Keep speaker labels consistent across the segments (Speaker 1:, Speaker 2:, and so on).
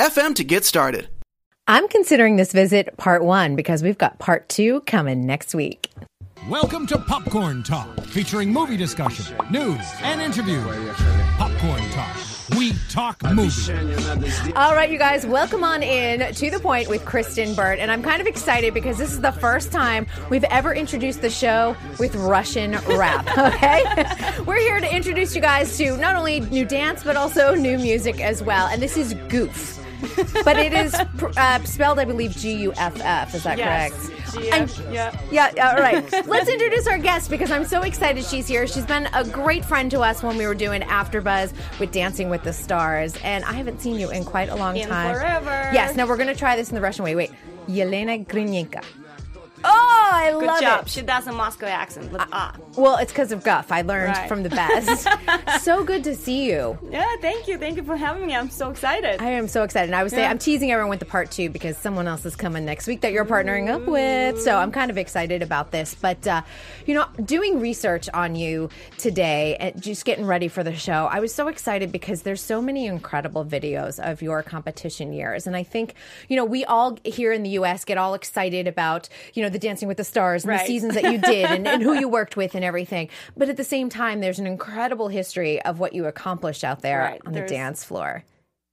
Speaker 1: to get started.
Speaker 2: I'm considering this visit part one because we've got part two coming next week.
Speaker 3: Welcome to Popcorn Talk, featuring movie discussion, news, and interviews. Popcorn Talk. We talk movies.
Speaker 2: All right, you guys, welcome on in to the point with Kristen Burt. And I'm kind of excited because this is the first time we've ever introduced the show with Russian rap, okay? We're here to introduce you guys to not only new dance, but also new music as well. And this is Goof. but it is pr- uh, spelled, I believe, G U F F. Is that
Speaker 4: Yes.
Speaker 2: correct?
Speaker 4: G
Speaker 2: I'm-
Speaker 4: F, yep.
Speaker 2: Yeah, all right. Let's introduce our guest because I'm so excited she's here. She's been a great friend to us when we were doing After Buzz with Dancing with the Stars, and I haven't seen you in quite a long
Speaker 4: In
Speaker 2: time.
Speaker 4: forever.
Speaker 2: Yes. Now we're gonna try this in the Russian way. Wait, Yelena Grunyenka. Oh, I
Speaker 4: Good
Speaker 2: love
Speaker 4: job.
Speaker 2: it.
Speaker 4: She does a Moscow accent with ah.
Speaker 2: well, it's because of Guff. I learned
Speaker 4: Right.
Speaker 2: from the best. so good to see you.
Speaker 4: Yeah, thank you. Thank you for having me. I'm so excited.
Speaker 2: I am so excited. And I was saying,
Speaker 4: Yeah.
Speaker 2: I'm teasing everyone with the part two because someone else is coming next week that you're partnering up with. So I'm kind of excited about this. But, uh, you know, doing research on you today and just getting ready for the show, I was so excited because there's so many incredible videos of your competition years. And I think, you know, we all here in the U.S. get all excited about, you know, the Dancing with the Stars and the
Speaker 4: Right.
Speaker 2: seasons that you did and, and who you worked with and everything. But at the same time, there's an incredible history of what you accomplished out there
Speaker 4: Right.
Speaker 2: on the
Speaker 4: There's-
Speaker 2: dance floor.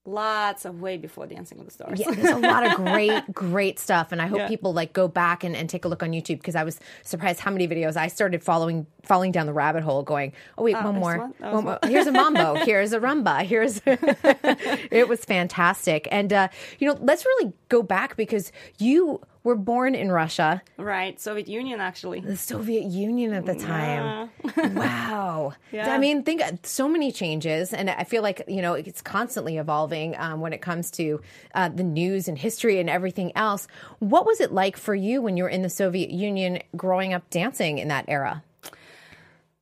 Speaker 4: Lots of way before Dancing with the Stars.
Speaker 2: Yeah, there's a lot of great, great stuff, and I hope
Speaker 4: Yeah.
Speaker 2: people like go back and, and take a look on YouTube because I was surprised how many videos I started following, falling down the rabbit hole, going, "Oh wait, one
Speaker 4: there's
Speaker 2: more,
Speaker 4: one? That
Speaker 2: one
Speaker 4: was
Speaker 2: more. Here's a mambo, here's a rumba, here's." it was fantastic, and uh, you know, let's really go back because you were born in Russia,
Speaker 4: Right, Soviet Union actually.
Speaker 2: the Soviet Union at the time. wow.
Speaker 4: Yeah.
Speaker 2: I mean, think so many changes, and I feel like you know it's constantly evolving um, when it comes to uh, the news and history and everything else. What was it like for you when you were in the Soviet Union, growing up dancing in that era?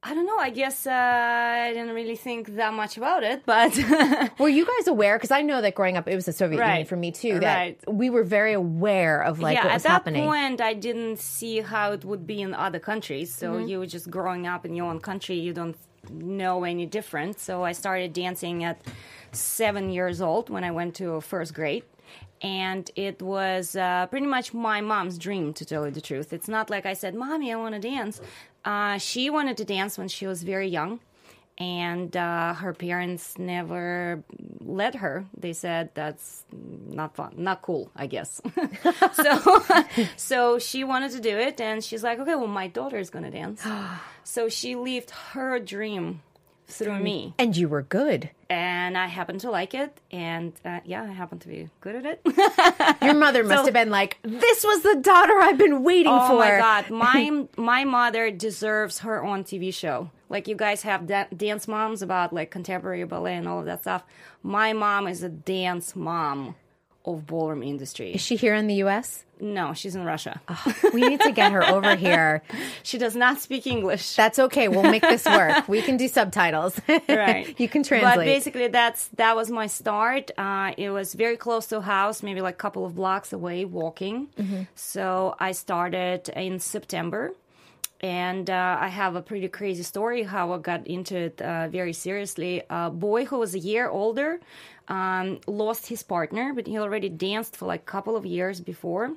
Speaker 4: I don't know. I guess uh, I didn't really think that much about it, but
Speaker 2: Were you guys aware? Because I know that growing up, it was the Soviet Union
Speaker 4: Right.
Speaker 2: for me too. That
Speaker 4: Right.
Speaker 2: we were very aware of like
Speaker 4: yeah,
Speaker 2: what
Speaker 4: at
Speaker 2: was
Speaker 4: that
Speaker 2: happening.
Speaker 4: point, I didn't see how it would be in other countries. So
Speaker 2: Mm-hmm.
Speaker 4: you were just growing up in your own country, you don't know any different. So I started dancing at seven years old when I went to first grade. And it was uh, pretty much my mom's dream, to tell you the truth. It's not like I said, Mommy, I want to dance. Uh, she wanted to dance when she was very young and uh, her parents never let her. They said that's not fun, not cool, I guess. so, so she wanted to do it, and she's like, okay, well, my daughter is gonna dance. so she lived her dream through me,
Speaker 2: and you were good.
Speaker 4: and I happened to like it, and uh, yeah, I happened to be good at it.
Speaker 2: Your mother must have been like, "This was the daughter I've been waiting for."
Speaker 4: Oh my god, my my mother deserves her own TV show. Like you guys have da- dance moms about like contemporary ballet and all of that stuff. My mom is a dance mom of ballroom industry.
Speaker 2: Is she Ah. here in the U.S.?
Speaker 4: No, she's in Russia.
Speaker 2: We need to get her over here.
Speaker 4: She does not speak English.
Speaker 2: That's okay. We'll make this work. We can do subtitles.
Speaker 4: right.
Speaker 2: you can
Speaker 4: But
Speaker 2: translate.
Speaker 4: basically, that's that was my start. Uh, it was very close to house, maybe like a couple of blocks away, walking.
Speaker 2: Mm-hmm.
Speaker 4: So I started in September. And uh, I have a pretty crazy story how I got into it uh, very seriously. A boy who was a year older um, lost his partner, but he already danced for like a couple of years before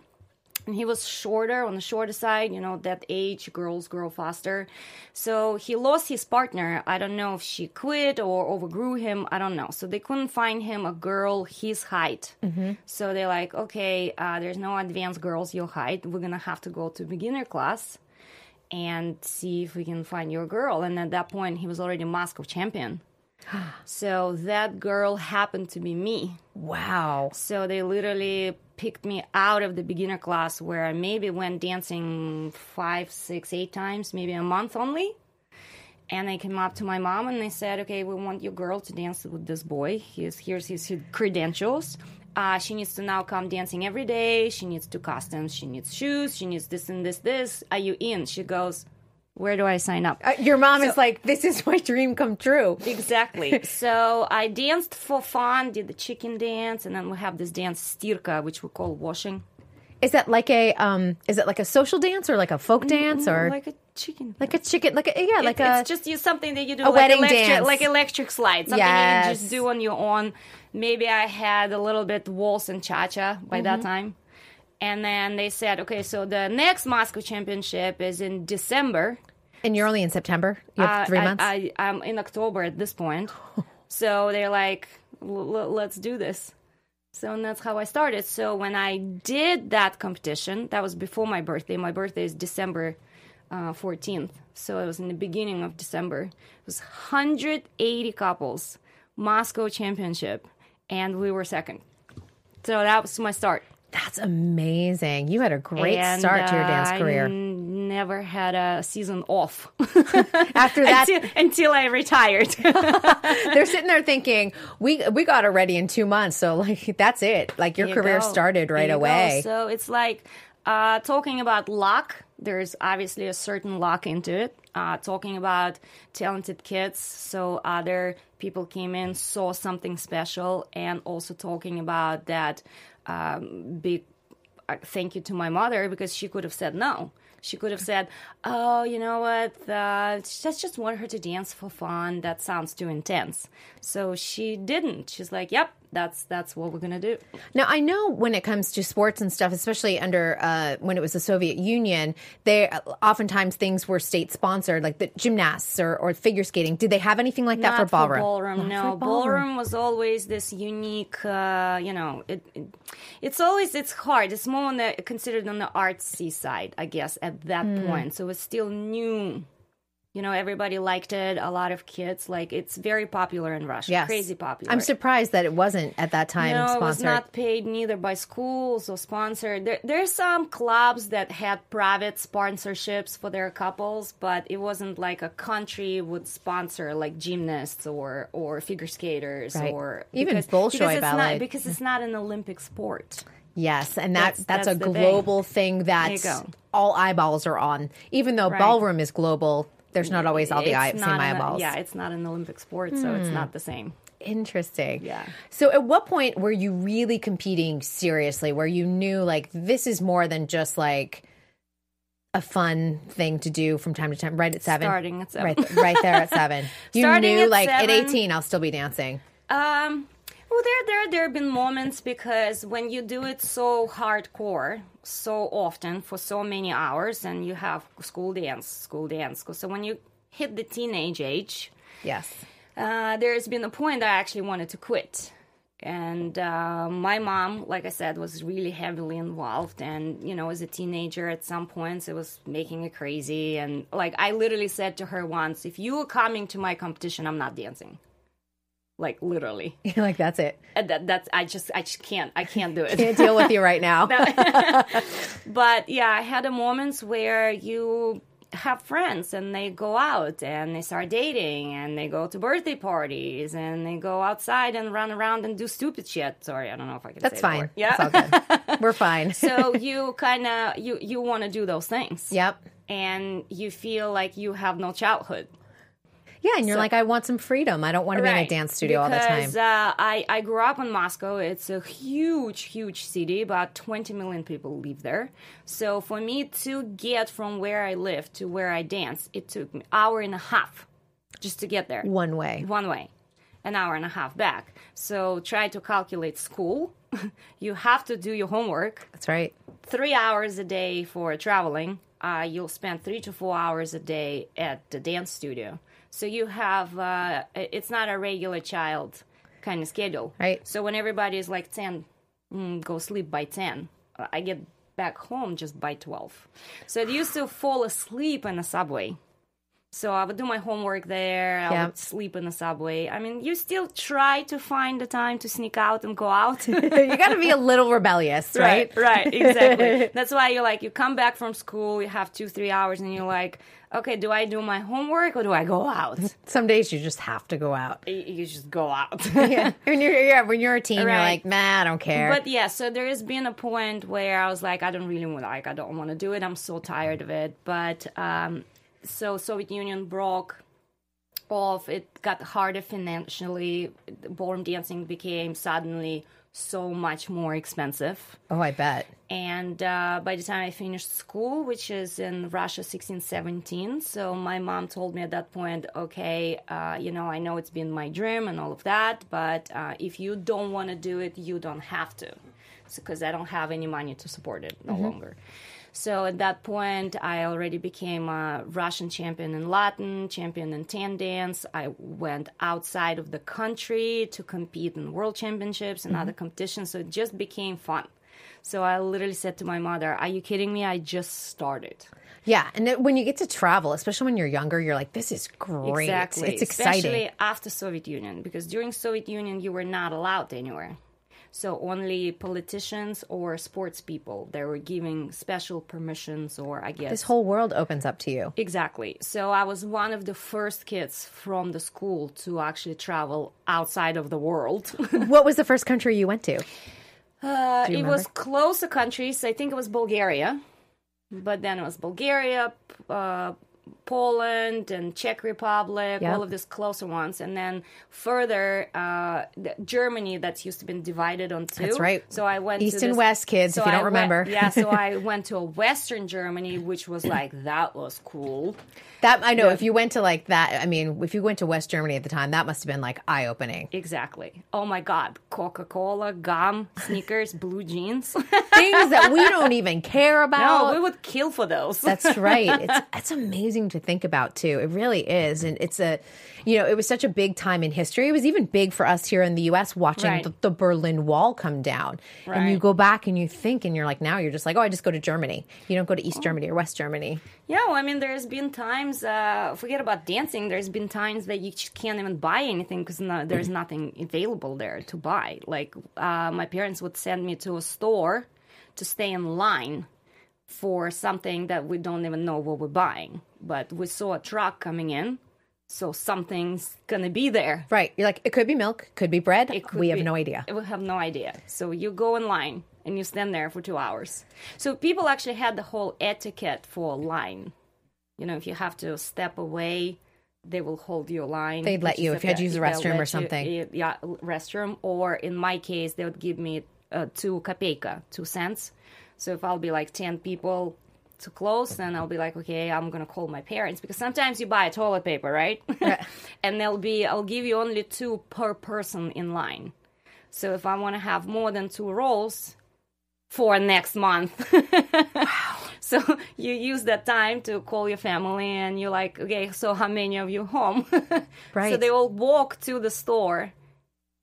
Speaker 4: and he was shorter on the shorter side you know that age girls grow faster so he lost his partner i don't know if she quit or overgrew him i don't know so they couldn't find him a girl his height so they're like okay uh, there's no advanced girls your height we're gonna have to go to beginner class and see if we can find your girl and at that point he was already moscow champion so that girl happened to be me
Speaker 2: wow.
Speaker 4: so they literally picked me out of the beginner class where I maybe went dancing five, six, eight times, maybe a month only. and they came up to my mom and they said, "Okay, we want your girl to dance with this boy. Here's here's his credentials. Uh, she needs to now come dancing every day. She needs two costumes. She needs shoes. She needs this and this this. Are you in?" She goes, "Where do I sign up?"
Speaker 2: Uh, your mom is like, this is my dream come true.
Speaker 4: Exactly. so I danced for fun, did the chicken dance, and then we have this dance stirka, which we call washing.
Speaker 2: Is that like a um? Is it like a social dance or like a folk dance or
Speaker 4: Mm, like a chicken.
Speaker 2: like a chicken? Like a yeah, like
Speaker 4: it,
Speaker 2: a
Speaker 4: it's just you, something that you do
Speaker 2: a
Speaker 4: like
Speaker 2: wedding
Speaker 4: electric,
Speaker 2: dance.
Speaker 4: like electric slide, something you
Speaker 2: Yes.
Speaker 4: just do on your own. Maybe I had a little bit waltz and cha cha by that
Speaker 2: Mm-hmm.
Speaker 4: time, and then they said, okay, so the next Moscow Championship is in December.
Speaker 2: and you're only in September. You have
Speaker 4: Uh,
Speaker 2: three
Speaker 4: I,
Speaker 2: months.
Speaker 4: I, I'm in October at this point, so they're like, "L- l- let's do this. So and that's how I started. So when I did that competition, that was before my birthday. My birthday is December uh, 14th, so it was in the beginning of December. It was 180 couples, Moscow Championship, and we were second. So that was my start.
Speaker 2: That's amazing. You had a great
Speaker 4: And,
Speaker 2: start to your
Speaker 4: uh,
Speaker 2: dance
Speaker 4: I
Speaker 2: career.
Speaker 4: n- never had a season off
Speaker 2: After that,
Speaker 4: until, until I retired.
Speaker 2: they're sitting there thinking, "We we got her ready in two months, so like that's it. Like your
Speaker 4: you
Speaker 2: career
Speaker 4: go.
Speaker 2: started right
Speaker 4: There you go.
Speaker 2: away."
Speaker 4: So it's like uh, talking about luck. There's obviously a certain luck into it. Uh, talking about talented kids, so other people came in, saw something special, and also talking about that um, big uh, thank you to my mother because she could have said no. She could have said, "Oh, you know what? Uh, just just want her to dance for fun. That sounds too intense." So she didn't. She's like, "Yep, that's that's what we're gonna do."
Speaker 2: Now I know when it comes to sports and stuff, especially under uh, when it was the Soviet Union, they uh, oftentimes things were state sponsored, like the gymnasts or, or figure skating. Did they have anything like that
Speaker 4: Not
Speaker 2: for ballroom?
Speaker 4: ballroom, no.
Speaker 2: for
Speaker 4: ballroom. was always this unique. Uh, you know, it, it- it's always it's hard. It's more on the considered on the artsy side, I guess, at that
Speaker 2: Hmm.
Speaker 4: point. So it's still new. You know, everybody liked it. A lot of kids like it's very popular in Russia.
Speaker 2: Yes.
Speaker 4: crazy popular.
Speaker 2: I'm surprised that it wasn't at that time
Speaker 4: no,
Speaker 2: sponsored.
Speaker 4: it was not paid neither by schools or sponsored. There, there's some clubs that had private sponsorships for their couples, but it wasn't like a country would sponsor like gymnasts or or figure skaters
Speaker 2: Right.
Speaker 4: or
Speaker 2: Even
Speaker 4: because,
Speaker 2: Bolshoi
Speaker 4: because it's
Speaker 2: ballet.
Speaker 4: Not, because it's not an Olympic sport.
Speaker 2: Yes, and that that's,
Speaker 4: That's- that's
Speaker 2: a
Speaker 4: the thing.
Speaker 2: global thing that
Speaker 4: There you go.
Speaker 2: all eyeballs are on. Even though ballroom is global, there's not always all the eye,
Speaker 4: It's
Speaker 2: same
Speaker 4: not an-
Speaker 2: eyeballs. Hmm.
Speaker 4: yeah, it's not an Olympic sport, so it's not the same.
Speaker 2: Interesting.
Speaker 4: Yeah.
Speaker 2: So at what point were you really competing seriously where you knew like this is more than just like a fun thing to do from time to time right at 7?
Speaker 4: Starting at seven.
Speaker 2: Right, th- right there at 7. You
Speaker 4: Starting
Speaker 2: knew
Speaker 4: at
Speaker 2: like at
Speaker 4: seven.
Speaker 2: 18 I'll still be dancing.
Speaker 4: Um, well, there, there, there have been moments because when you do it so hardcore, so often for so many hours, and you have school dance, school dance, school. So when you hit the teenage age,
Speaker 2: Yes.
Speaker 4: uh, there's been a point that I actually wanted to quit. And uh, my mom, like I said, was really heavily involved. And, you know, as a teenager, at some points, it was making her crazy. And, like, I literally said to her once, if you are coming to my competition, I'm not dancing. Like, literally.
Speaker 2: like that's it.
Speaker 4: And that, that's I just I just can't I can't do it.
Speaker 2: Can't deal with you right now.
Speaker 4: But yeah, I had a moments where you have friends and they go out and they start dating and they go to birthday parties and they go outside and run around and do stupid shit. Sorry, I don't know if I can.
Speaker 2: That's
Speaker 4: say the
Speaker 2: fine.
Speaker 4: word. Yeah.
Speaker 2: It's all good. We're fine.
Speaker 4: so you kind of you you want to do those things.
Speaker 2: yep.
Speaker 4: And you feel like you have no childhood.
Speaker 2: Yeah, and you're like, I want some freedom. I don't want to be in a dance studio all the
Speaker 4: Because,
Speaker 2: time.
Speaker 4: Uh, I, I grew up in Moscow. It's a huge, huge city. About 20 million people live there. So for me to get from where I live to where I dance, it took me hour and a half just to get there.
Speaker 2: One way.
Speaker 4: One way. An hour and a half back. So try to calculate school. you have to do your homework
Speaker 2: That's right.
Speaker 4: three hours a day for traveling. Uh, you'll spend three to four hours a day at the dance studio. So you have, uh, it's not a regular child kind of schedule.
Speaker 2: Right.
Speaker 4: So when everybody is like 10, mm, go sleep by 10. I get back home just by 12. So I used to fall asleep in the subway So I would do my homework there. I
Speaker 2: Yeah.
Speaker 4: would sleep in the subway. I mean, you still try to find the time to sneak out and go out.
Speaker 2: you got to be a little rebellious, right?
Speaker 4: right, exactly. That's why you like you come back from school, you have two, three hours, and you're like, okay, do I do my homework or do I go out?
Speaker 2: Some days you just have to go out.
Speaker 4: Y- you just go out.
Speaker 2: Yeah. when you're yeah, when you're a teen, you're
Speaker 4: Right.
Speaker 2: like, nah, I don't care.
Speaker 4: But yeah, so there has been a point where I was like, I don't really want, like, I don't want to do it. I'm so tired of it. But um, so Soviet Union broke off. It got harder financially. Ballroom dancing became suddenly so much more expensive.
Speaker 2: oh, I bet.
Speaker 4: And uh, by the time I finished school, which is in Russia, 16, 17, so my mom told me at that point, okay, uh, you know, I know it's been my dream and all of that, but uh, if you don't want to do it, you don't have to. Because I don't have any money to support it no longer. So at that point, I already became a Russian champion in Latin, champion in tan dance. I went outside of the country to compete in world championships and other competitions. So it just became fun. So I literally said to my mother, Are you kidding me? I just started.
Speaker 2: Yeah, and it, when you get to travel, especially when you're younger, you're like, this is great. It's exciting.
Speaker 4: Especially after Soviet Union, because during Soviet Union you were not allowed anywhere. So only politicians or sports people they were giving special permissions or I guess
Speaker 2: this whole world opens up to you.
Speaker 4: Exactly. So I was one of the first kids from the school to actually travel outside of the world.
Speaker 2: what was the first country you went to?
Speaker 4: Uh, it was
Speaker 2: remember?
Speaker 4: closer countries. I think it was Bulgaria, but then it was Bulgaria, p- uh, Poland, and Czech Republic.
Speaker 2: Yeah.
Speaker 4: All of these closer ones, and then further uh, th- Germany. That's used to been divided on two.
Speaker 2: That's right.
Speaker 4: So I went to
Speaker 2: East and
Speaker 4: this-
Speaker 2: West, kids, if you don't
Speaker 4: I went-
Speaker 2: remember.
Speaker 4: yeah. So I went to a Western Germany, which was like that was cool.
Speaker 2: That I know. If you went to like that, I mean, if you went to West Germany at the time, that must have been like eye opening.
Speaker 4: Exactly. Oh my God! Coca Cola, gum, sneakers, blue jeans.
Speaker 2: Things that we don't even care about.
Speaker 4: no, we would kill for those.
Speaker 2: That's right. It's it's amazing to think about too. It really is, and it's a, you know, it was such a big time in history. It was even big for us here in the U.S. watching
Speaker 4: Right.
Speaker 2: the, the Berlin Wall come down, and you
Speaker 4: Right.
Speaker 2: go back and you think, and you're like, now you're just like, oh, I just go to Germany. You don't go to
Speaker 4: Oh.
Speaker 2: East Germany or West Germany.
Speaker 4: Yeah, well, I mean, there's been times, uh, forget about dancing, there's been times that you just can't even buy anything because no,
Speaker 2: Mm-hmm.
Speaker 4: there's nothing available there to buy. Like, uh, my parents would send me to a store to stay in line for something that we don't even know what we're buying. But we saw a truck coming in, so something's gonna be there.
Speaker 2: Right? You're like, it could be milk, could be bread.
Speaker 4: It could
Speaker 2: we have
Speaker 4: be-
Speaker 2: no idea.
Speaker 4: We have no idea. So you go in line and you stand there for two hours. So people actually had the whole etiquette for line. You know, if you have to step away, they will hold your line.
Speaker 2: They'd let
Speaker 4: Which
Speaker 2: you
Speaker 4: is
Speaker 2: if you had to
Speaker 4: okay.
Speaker 2: use the
Speaker 4: They'll
Speaker 2: restroom
Speaker 4: let
Speaker 2: or
Speaker 4: you-
Speaker 2: something.
Speaker 4: yeah, restroom. Or in my case, they would give me uh, two kopeka, two cents. So if I'll be like ten people too close, then I'll be like, okay, I'm gonna call my parents because sometimes you buy toilet paper, right? and they'll be, I'll give you only two per person in line. So if I want to have more than two rolls for next month, so you use that time to call your family and you're like, okay, so how many of you home? So
Speaker 2: Right.
Speaker 4: they all walk to the store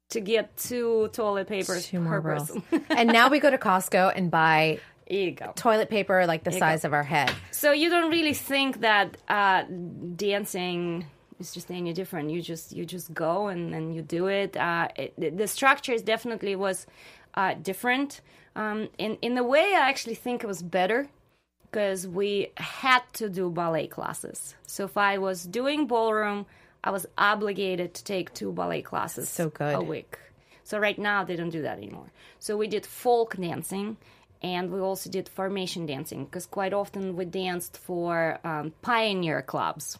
Speaker 4: to get two toilet papers
Speaker 2: Two more
Speaker 4: per
Speaker 2: rolls.
Speaker 4: person.
Speaker 2: and now we go to Costco and buy
Speaker 4: Here you go.
Speaker 2: toilet paper like the size of our head.
Speaker 4: So you don't really think that uh, dancing is just any different. You just you just go and then you do it. Uh, it the structure is definitely was uh, different. Um, in in a way, I actually think it was better because we had to do ballet classes. So if I was doing ballroom, I was obligated to take two ballet classes
Speaker 2: so good.
Speaker 4: a week. So right now they don't do that anymore. So we did folk dancing and we also did formation dancing because quite often we danced for um, pioneer clubs,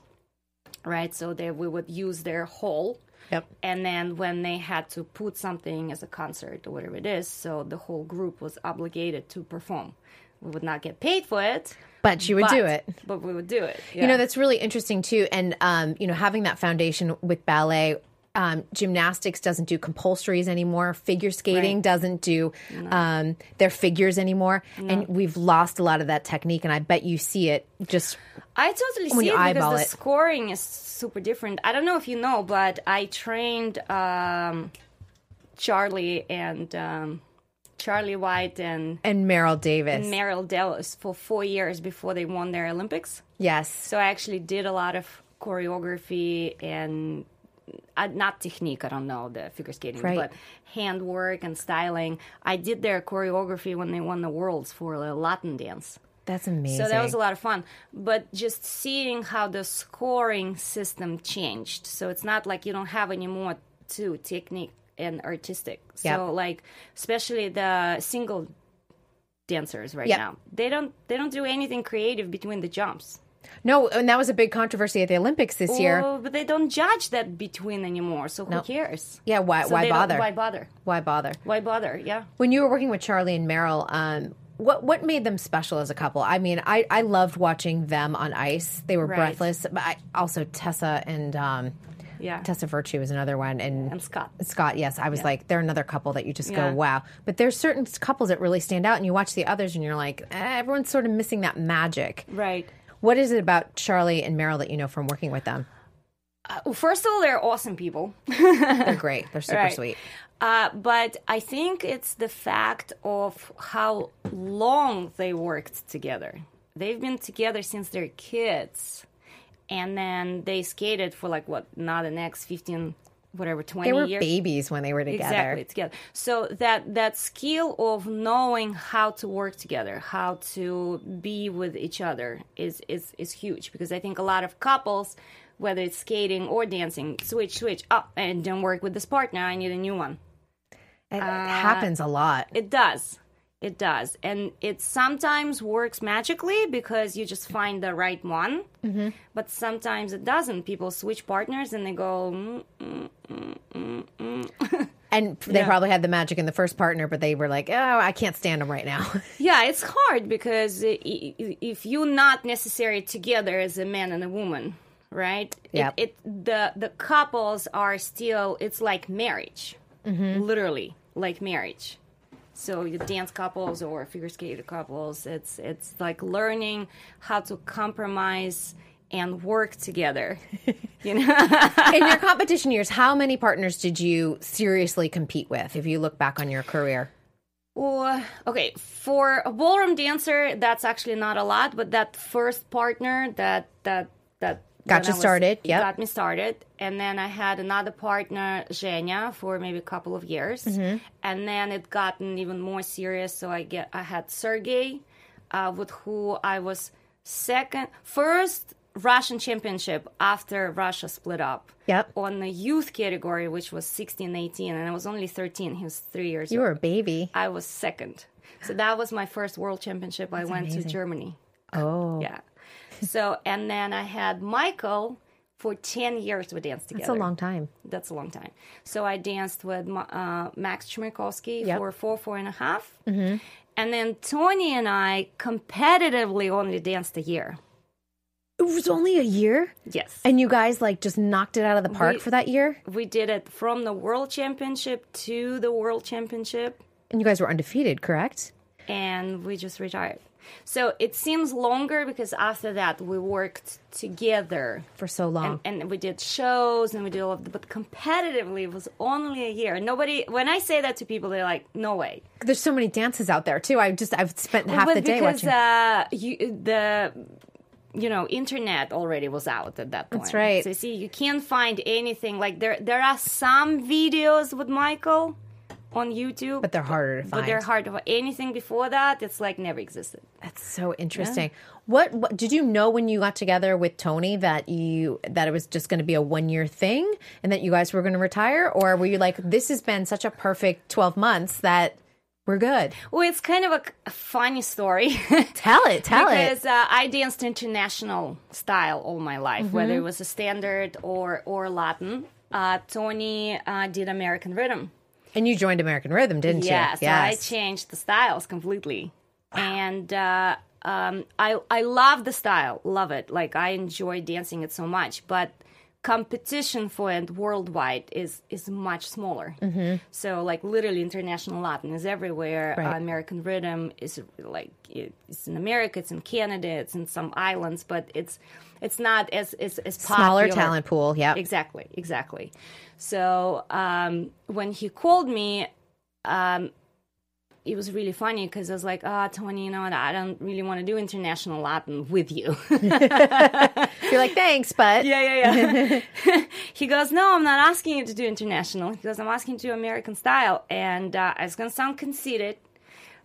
Speaker 4: right? So they, we would use their hall.
Speaker 2: Yep.
Speaker 4: And then when they had to put something as a concert or whatever it is, so the whole group was obligated to perform. We would not get paid for it,
Speaker 2: But you would do it.
Speaker 4: but we would do it.
Speaker 2: You know,
Speaker 4: yeah.
Speaker 2: that's really interesting too. And, um, you know, having that foundation with ballet, um, gymnastics doesn't do compulsories anymore. Figure skating
Speaker 4: Right.
Speaker 2: doesn't do um, their figures anymore. And we've lost a lot of that technique. And I bet you see it just
Speaker 4: I totally
Speaker 2: when
Speaker 4: see
Speaker 2: you
Speaker 4: it because
Speaker 2: eyeball
Speaker 4: the
Speaker 2: it.
Speaker 4: scoring is super different. I don't know if you know, but I trained um, Charlie and um, Charlie White and
Speaker 2: and Meryl Davis.
Speaker 4: Meryl Dallas for four years before they won their Olympics.
Speaker 2: yes.
Speaker 4: So I actually did a lot of choreography and uh, not technique, I don't know the figure skating,
Speaker 2: Right.
Speaker 4: but handwork and styling. I did their choreography when they won the worlds for the Latin dance.
Speaker 2: That's amazing.
Speaker 4: So that was a lot of fun. But just seeing how the scoring system changed. So it's not like you don't have anymore two technique and artistic.
Speaker 2: Yep.
Speaker 4: So like especially the single dancers right
Speaker 2: Yep.
Speaker 4: now. They don't they don't do anything creative between the jumps.
Speaker 2: No, and that was a big controversy at the Olympics this year.
Speaker 4: Well, but they don't judge that between anymore. So who
Speaker 2: No.
Speaker 4: cares?
Speaker 2: Yeah, why-
Speaker 4: So
Speaker 2: why
Speaker 4: they don't-
Speaker 2: bother?
Speaker 4: Why bother?
Speaker 2: Why bother?
Speaker 4: Why bother? Yeah.
Speaker 2: When you were working with Charlie and Meryl, um, what what made them special as a couple? I mean, I, I loved watching them on ice. They were
Speaker 4: Right.
Speaker 2: breathless. But I, also Tessa and um,
Speaker 4: Yeah.
Speaker 2: Tessa Virtue is another one, and,
Speaker 4: And Scott.
Speaker 2: Scott, yes, I was like, they're another couple that you just
Speaker 4: Yeah.
Speaker 2: go, wow. But there's certain couples that really stand out, and you watch the others, and you're like, eh, everyone's sort of missing that magic.
Speaker 4: Right.
Speaker 2: What is it about Charlie and Meryl that you know from working with them?
Speaker 4: Uh, First of all, they're awesome people.
Speaker 2: They're great. They're super
Speaker 4: Right.
Speaker 2: sweet.
Speaker 4: Uh, but I think it's the fact of how long they worked together. They've been together since they're kids. And then they skated for like what, not the next 15, whatever, 20
Speaker 2: They were
Speaker 4: years.
Speaker 2: babies when they were together.
Speaker 4: Exactly, together. So that that skill of knowing how to work together, how to be with each other is is is huge because I think a lot of couples whether it's skating or dancing, switch, switch. Oh, and didn't work with this partner. I need a new one.
Speaker 2: It
Speaker 4: Uh,
Speaker 2: happens a lot.
Speaker 4: It does. It does. And it sometimes works magically because you just find the right one. Mm-hmm. But sometimes it doesn't. People switch partners and they go, mm, mm, mm, mm, mm.
Speaker 2: And they probably had the magic in the first partner, but they were like, oh, I can't stand him right now.
Speaker 4: Yeah, it's hard because i- i- if you're not necessarily together as a man and a woman, right?
Speaker 2: Yep.
Speaker 4: It, it the the couples are still. It's like marriage, literally like marriage. So you dance couples or figure skater couples. It's it's like learning how to compromise and work together. You know.
Speaker 2: in your competition years, how many partners did you seriously compete with if you look back on your career?
Speaker 4: Well, okay, for a ballroom dancer, that's actually not a lot, but that first partner that that that
Speaker 2: Got
Speaker 4: when
Speaker 2: you
Speaker 4: I was-
Speaker 2: started, yep.
Speaker 4: Got me started, and then I had another partner, Zhenya, for maybe a couple of years,
Speaker 2: Mm-hmm.
Speaker 4: and then it gotten even more serious. So I get I had Sergey, uh, with who I was second, first Russian championship after Russia split up.
Speaker 2: Yep.
Speaker 4: On the youth category, which was 16, 18, and I was only 13. He was three years
Speaker 2: You were a baby.
Speaker 4: I was second. So that was my first world championship. I went to Germany.
Speaker 2: Oh,
Speaker 4: Yeah. So and then I had Michael for ten years. We danced together.
Speaker 2: it's a long time.
Speaker 4: That's a long time. So I danced with Ma- uh, Max Chmerkovsky
Speaker 2: Yep. Mm-hmm.
Speaker 4: for four, four and a half. and then Tony and I competitively only danced a year.
Speaker 2: It was only a year,
Speaker 4: Yes.
Speaker 2: and you guys like just knocked it out of the park
Speaker 4: We-
Speaker 2: for that year,
Speaker 4: we did it from the world championship to the world championship.
Speaker 2: and you guys were undefeated, correct?
Speaker 4: and we just retired. So it seems longer because after that we worked together
Speaker 2: For so long.
Speaker 4: and, and we did shows and we did all of the, but competitively it was only a year. Nobody, when I say that to people, they're like, no way.
Speaker 2: There's so many dances out there too. I just I've spent half
Speaker 4: but
Speaker 2: the day
Speaker 4: because
Speaker 2: watching.
Speaker 4: uh, you, the, you know, internet already was out at that point.
Speaker 2: That's right.
Speaker 4: So you see, you can't find anything. Like there, there are some videos with Michael on YouTube,
Speaker 2: but they're harder to find.
Speaker 4: but they're hard. to- Anything before that, it's like never existed.
Speaker 2: That's so interesting. What, what did you know when you got together with Tony that you that it was just going to be a one year thing and that you guys were going to retire, or were you like, this has been such a perfect twelve months that we're good?
Speaker 4: Well, it's kind of a, a funny story.
Speaker 2: Tell it, tell
Speaker 4: because
Speaker 2: it.
Speaker 4: uh, I danced international style all my life,
Speaker 2: Mm-hmm.
Speaker 4: whether it was a standard or or Latin. Uh, Tony uh, did American rhythm.
Speaker 2: And you joined American Rhythm, didn't
Speaker 4: Yeah,
Speaker 2: you?
Speaker 4: so I changed the styles completely, and uh, um, I I love the style, love it. Like I enjoy dancing it so much, but competition for it worldwide is is much smaller. So like literally, international Latin is everywhere.
Speaker 2: Mm-hmm. Right.
Speaker 4: Uh, American rhythm is like it's in America, it's in Canada, it's in some islands, but it's it's not as as, as
Speaker 2: Smaller
Speaker 4: popular.
Speaker 2: talent pool, yeah.
Speaker 4: Exactly, exactly. So um, when he called me, um, it was really funny because I was like, ah, Tony, you know what? I don't really want to do international Latin with you.
Speaker 2: You're like, thanks, but
Speaker 4: yeah, yeah, yeah. he goes, no, I'm not asking you to do international. He goes, I'm asking you to do American style. And uh, it's going to sound conceited.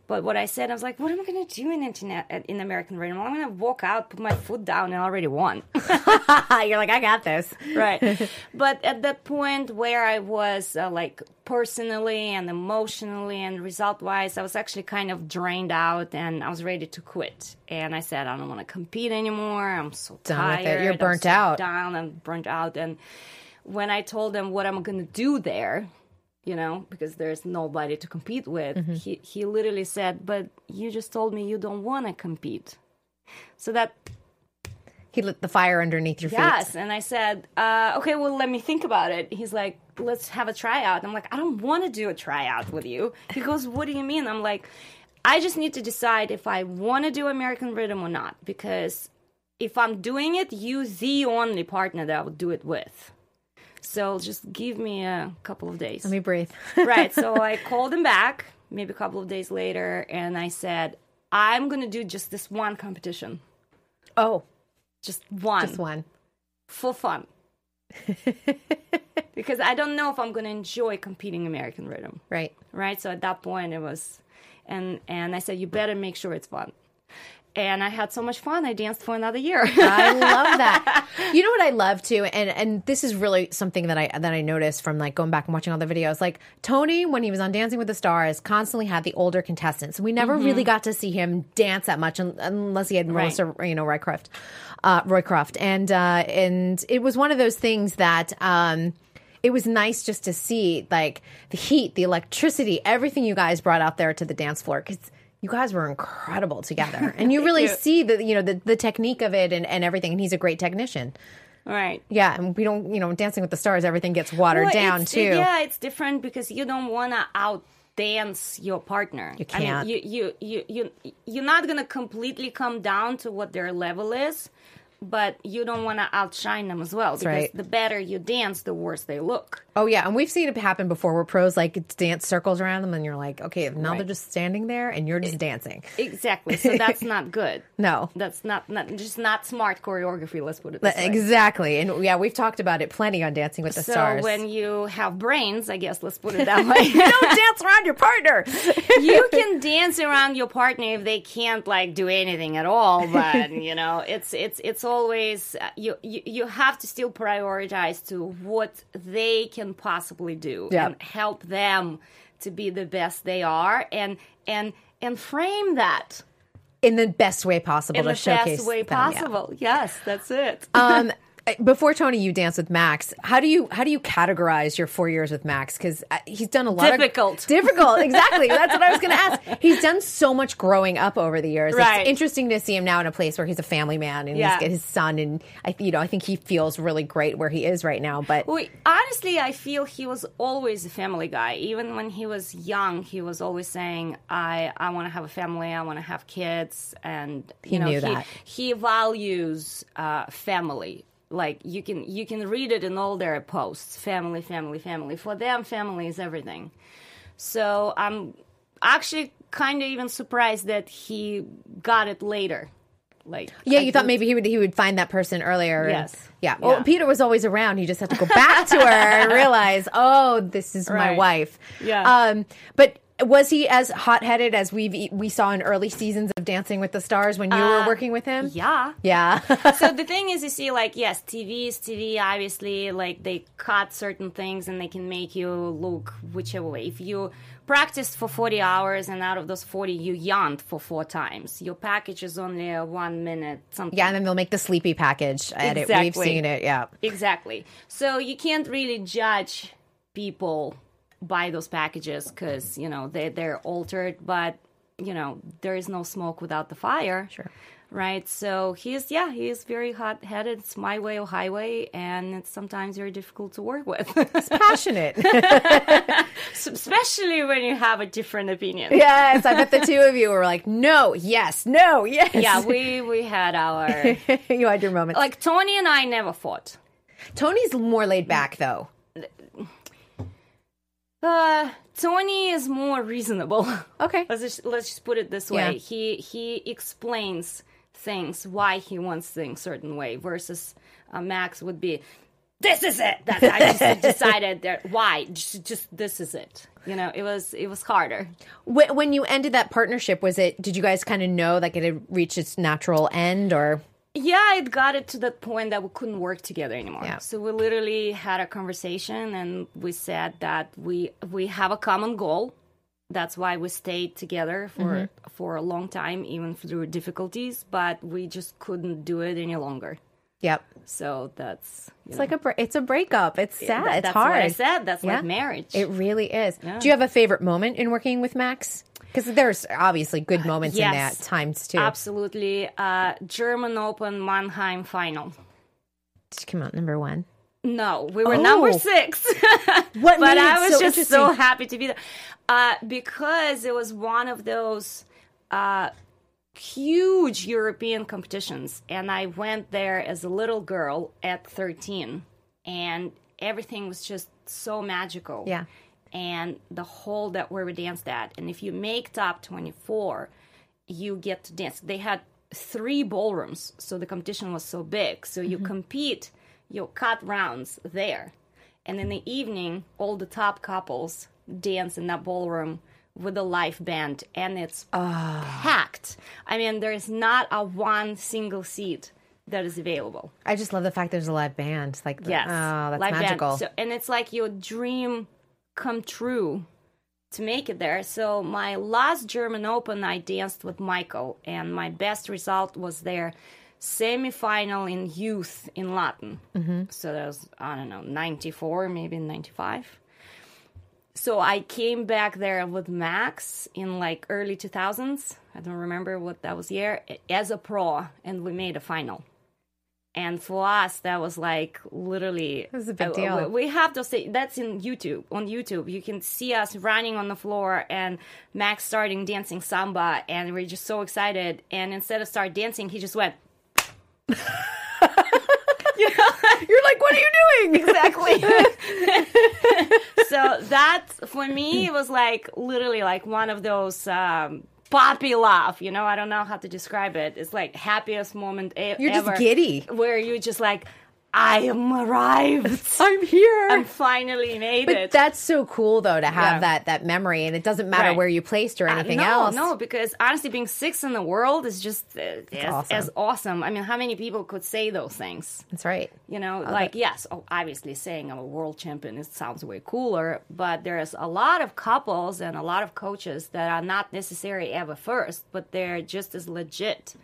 Speaker 4: But what I said, I was like, what am I going to do in internet in American rhythm? I'm going to walk out, put my foot down, and I already won.
Speaker 2: you're like, I got this.
Speaker 4: right. But at that point where I was uh, like personally and emotionally and result wise, I was actually kind of drained out and I was ready to quit. And I said, I don't want to compete anymore. I'm so
Speaker 2: Done with
Speaker 4: tired.
Speaker 2: it. You're
Speaker 4: I'm
Speaker 2: burnt
Speaker 4: so
Speaker 2: out."
Speaker 4: Down. I'm burnt out. And when I told them what I'm going to do there, you know, because there's nobody to compete with,
Speaker 2: Mm-hmm.
Speaker 4: he, he literally said, But you just told me you don't want to compete. So that
Speaker 2: He lit the fire underneath your
Speaker 4: Yes,
Speaker 2: feet.
Speaker 4: and I said, uh, okay, well, let me think about it. He's like, let's have a tryout. I'm like, I don't want to do a tryout with you. He goes, what do you mean? I'm like, I just need to decide if I want to do American Rhythm or not. Because if I'm doing it, you the only partner that I would do it with. So just give me a couple of days
Speaker 2: Let me breathe.
Speaker 4: right. So I called him back maybe a couple of days later, and I said, I'm gonna do just this one competition,
Speaker 2: oh,
Speaker 4: just one,
Speaker 2: just one.
Speaker 4: for fun. because I don't know if I'm gonna enjoy competing American Rhythm,
Speaker 2: Right.
Speaker 4: right? So at that point, it was, and and I said, you better make sure it's fun. And I had so much fun. I danced for another year.
Speaker 2: I love that. You know what I love too, and and this is really something that I that I noticed from like going back and watching all the videos. Like Tony, when he was on Dancing with the Stars, constantly had the older contestants. We never really got to see him dance that much, un- unless he had Melissa, you know, Roycroft, uh, Roycroft, and uh, and it was one of those things that. Um, it was nice just to see like the heat, the electricity, everything you guys brought out there to the dance floor because you guys were incredible together, and you really see the you know the, the technique of it and, and everything. And he's a great technician.
Speaker 4: right.
Speaker 2: Yeah, and we don't you know Dancing with the Stars, everything gets watered
Speaker 4: Well,
Speaker 2: down
Speaker 4: it's-
Speaker 2: too.
Speaker 4: Yeah, it's different because you don't want to out dance your partner. You
Speaker 2: can't.
Speaker 4: I mean, you, you you you you're not gonna completely come down to what their level is, but you don't want to outshine them as well. because
Speaker 2: right.
Speaker 4: The better you dance, the worse they look.
Speaker 2: Oh yeah, and we've seen it happen before where pros like dance circles around them, and you're like, okay, now they're
Speaker 4: Right.
Speaker 2: just standing there, and you're just dancing.
Speaker 4: Exactly. So that's not good.
Speaker 2: No.
Speaker 4: That's not, not just not smart choreography. Let's put it this
Speaker 2: But
Speaker 4: way.
Speaker 2: Exactly, and yeah, we've talked about it plenty on Dancing with the
Speaker 4: So
Speaker 2: Stars.
Speaker 4: when you have brains, I guess let's put it that way.
Speaker 2: don't dance around your partner.
Speaker 4: you can dance around your partner if they can't like do anything at all but you know it's it's it's always uh, you you, you have to still prioritize to what they can possibly do
Speaker 2: Yeah.
Speaker 4: and help them to be the best they are and and and frame that
Speaker 2: in the best way possible
Speaker 4: in
Speaker 2: to
Speaker 4: the
Speaker 2: showcase
Speaker 4: best way
Speaker 2: them, yeah.
Speaker 4: possible yes that's it
Speaker 2: um, before Tony, you dance with Max. How do you how do you categorize your four years with Max? Because he's done a lot
Speaker 4: Difficult.
Speaker 2: of difficult. Exactly. That's what I was going to ask. He's done so much growing up over the years.
Speaker 4: Right.
Speaker 2: It's interesting to see him now in a place where he's a family man and
Speaker 4: Yeah.
Speaker 2: he's got his son, and I, you know, I think he feels really great where he is right now. But
Speaker 4: Well, honestly, I feel he was always a family guy. Even when he was young, he was always saying, "I I want to have a family. I want to have kids." And you
Speaker 2: He
Speaker 4: know,
Speaker 2: knew
Speaker 4: he,
Speaker 2: that.
Speaker 4: he values uh, family. Like you can you can read it in all their posts. Family, family, family. For them, family is everything. So I'm actually kind of even surprised that he got it later. Like
Speaker 2: yeah,
Speaker 4: I
Speaker 2: you thought
Speaker 4: think-
Speaker 2: maybe he would he would find that person earlier. and-
Speaker 4: Yes.
Speaker 2: yeah. Well,
Speaker 4: Yeah.
Speaker 2: Peter was always around. You just have to go back to her and realize, oh, this is my
Speaker 4: Right.
Speaker 2: wife.
Speaker 4: Yeah.
Speaker 2: Um, but was he as hot headed as we we saw in early seasons of Dancing with the Stars when you were working with him?
Speaker 4: yeah.
Speaker 2: Uh, Yeah.
Speaker 4: so the thing is, you see, like, yes, TV is TV, obviously, like, they cut certain things and they can make you look whichever way. If you practice for 40 hours and out of those 40, you yawned for four times, your package is only a one minute something.
Speaker 2: yeah. And then they'll make the sleepy package edit. We've
Speaker 4: Exactly.
Speaker 2: seen it. Yeah.
Speaker 4: Exactly. So you can't really judge people by those packages because you know they they're altered, but you know there is no smoke without the fire. Sure. Right. So he is. Yeah, he is very hot headed. It's my way or highway, and it's sometimes very difficult to work with,
Speaker 2: Passionate.
Speaker 4: especially when you have a different opinion.
Speaker 2: yes. I bet the two of you were like, no, yes, no, yes.
Speaker 4: Yeah, we we had our
Speaker 2: you had your moments.
Speaker 4: like Tony and I never fought.
Speaker 2: Tony's more laid back though.
Speaker 4: Uh, Tony is more reasonable.
Speaker 2: Okay.
Speaker 4: let's just, let's just put it this
Speaker 2: Yeah.
Speaker 4: way. He he explains things why he wants things certain way versus uh, Max would be. This is it. That I just decided that why just, just this is it. You know, it was it was harder.
Speaker 2: When, when you ended that partnership, was it? Did you guys kind of know like it had reached its natural end, or
Speaker 4: Yeah, it got it to that point that we couldn't work together anymore.
Speaker 2: Yeah.
Speaker 4: So we literally had a conversation and we said that we we have a common goal. That's why we stayed together for
Speaker 2: Mm-hmm.
Speaker 4: for a long time, even through difficulties. But we just couldn't do it any longer.
Speaker 2: yep?
Speaker 4: So that's you
Speaker 2: It's
Speaker 4: know,
Speaker 2: like a bre- it's a breakup. It's sad.
Speaker 4: that-
Speaker 2: it's
Speaker 4: that's
Speaker 2: hard.
Speaker 4: What I said that's
Speaker 2: Yeah.
Speaker 4: like marriage.
Speaker 2: It really is. Do you have a favorite moment in working with Max? Because there's obviously good moments in
Speaker 4: Uh, yes.
Speaker 2: that times too.
Speaker 4: Absolutely, uh, German Open Mannheim final.
Speaker 2: Did you come out number one?
Speaker 4: No, we were
Speaker 2: Oh.
Speaker 4: number six.
Speaker 2: What
Speaker 4: but
Speaker 2: made it
Speaker 4: I was
Speaker 2: so
Speaker 4: just
Speaker 2: interesting?
Speaker 4: so happy to be there uh, because it was one of those uh, huge European competitions, and I went there as a little girl at 13, and everything was just so magical.
Speaker 2: Yeah.
Speaker 4: and the whole that we danced at, and if you make top 24, you get to dance. They had three ballrooms, so the competition was so big. So you compete, you cut rounds there. And in the evening, all the top couples dance in that ballroom with a live band, and it's packed. I mean, there is not a one single seat that is available.
Speaker 2: I just love the fact there's a live band. It's Like, the-
Speaker 4: Yes,
Speaker 2: oh, that's
Speaker 4: live band.
Speaker 2: magical.
Speaker 4: So, and it's like your dream come true to make it there. So my last German Open, I danced with Michael, and my best result was there semifinal in youth in Latin. Mm-hmm. So that was I don't know ninety four, maybe ninety five. So I came back there with Max in like early 2000s. I don't remember what that was year as a pro, and we made a final. And for us, that was like literally
Speaker 2: That was a big
Speaker 4: uh,
Speaker 2: deal.
Speaker 4: We we have those. thi- That's in YouTube. On YouTube, you can see us running on the floor and Max starting dancing samba, and we're just so excited. And instead of start dancing, he just went.
Speaker 2: You're like, what are you doing?
Speaker 4: exactly. so that for me was like literally like one of those um, poppy laugh. You know, I don't know how to describe it. It's like happiest moment e-
Speaker 2: You're just
Speaker 4: ever.
Speaker 2: giddy.
Speaker 4: Where you're just like, I am arrived.
Speaker 2: I'm here.
Speaker 4: I'm finally made
Speaker 2: but
Speaker 4: it.
Speaker 2: that's so cool though to have
Speaker 4: Yeah.
Speaker 2: that that memory, and it doesn't matter
Speaker 4: Right.
Speaker 2: where you placed or
Speaker 4: Uh,
Speaker 2: anything
Speaker 4: no,
Speaker 2: else.
Speaker 4: No, because honestly, being six in the world is just uh, as,
Speaker 2: awesome.
Speaker 4: as awesome. I mean, how many people could say those things?
Speaker 2: that's right.
Speaker 4: You know, like, yes, oh, obviously saying I'm a world champion, it sounds way cooler, but there's a lot of couples and a lot of coaches that are not necessarily ever first, but they're just as legit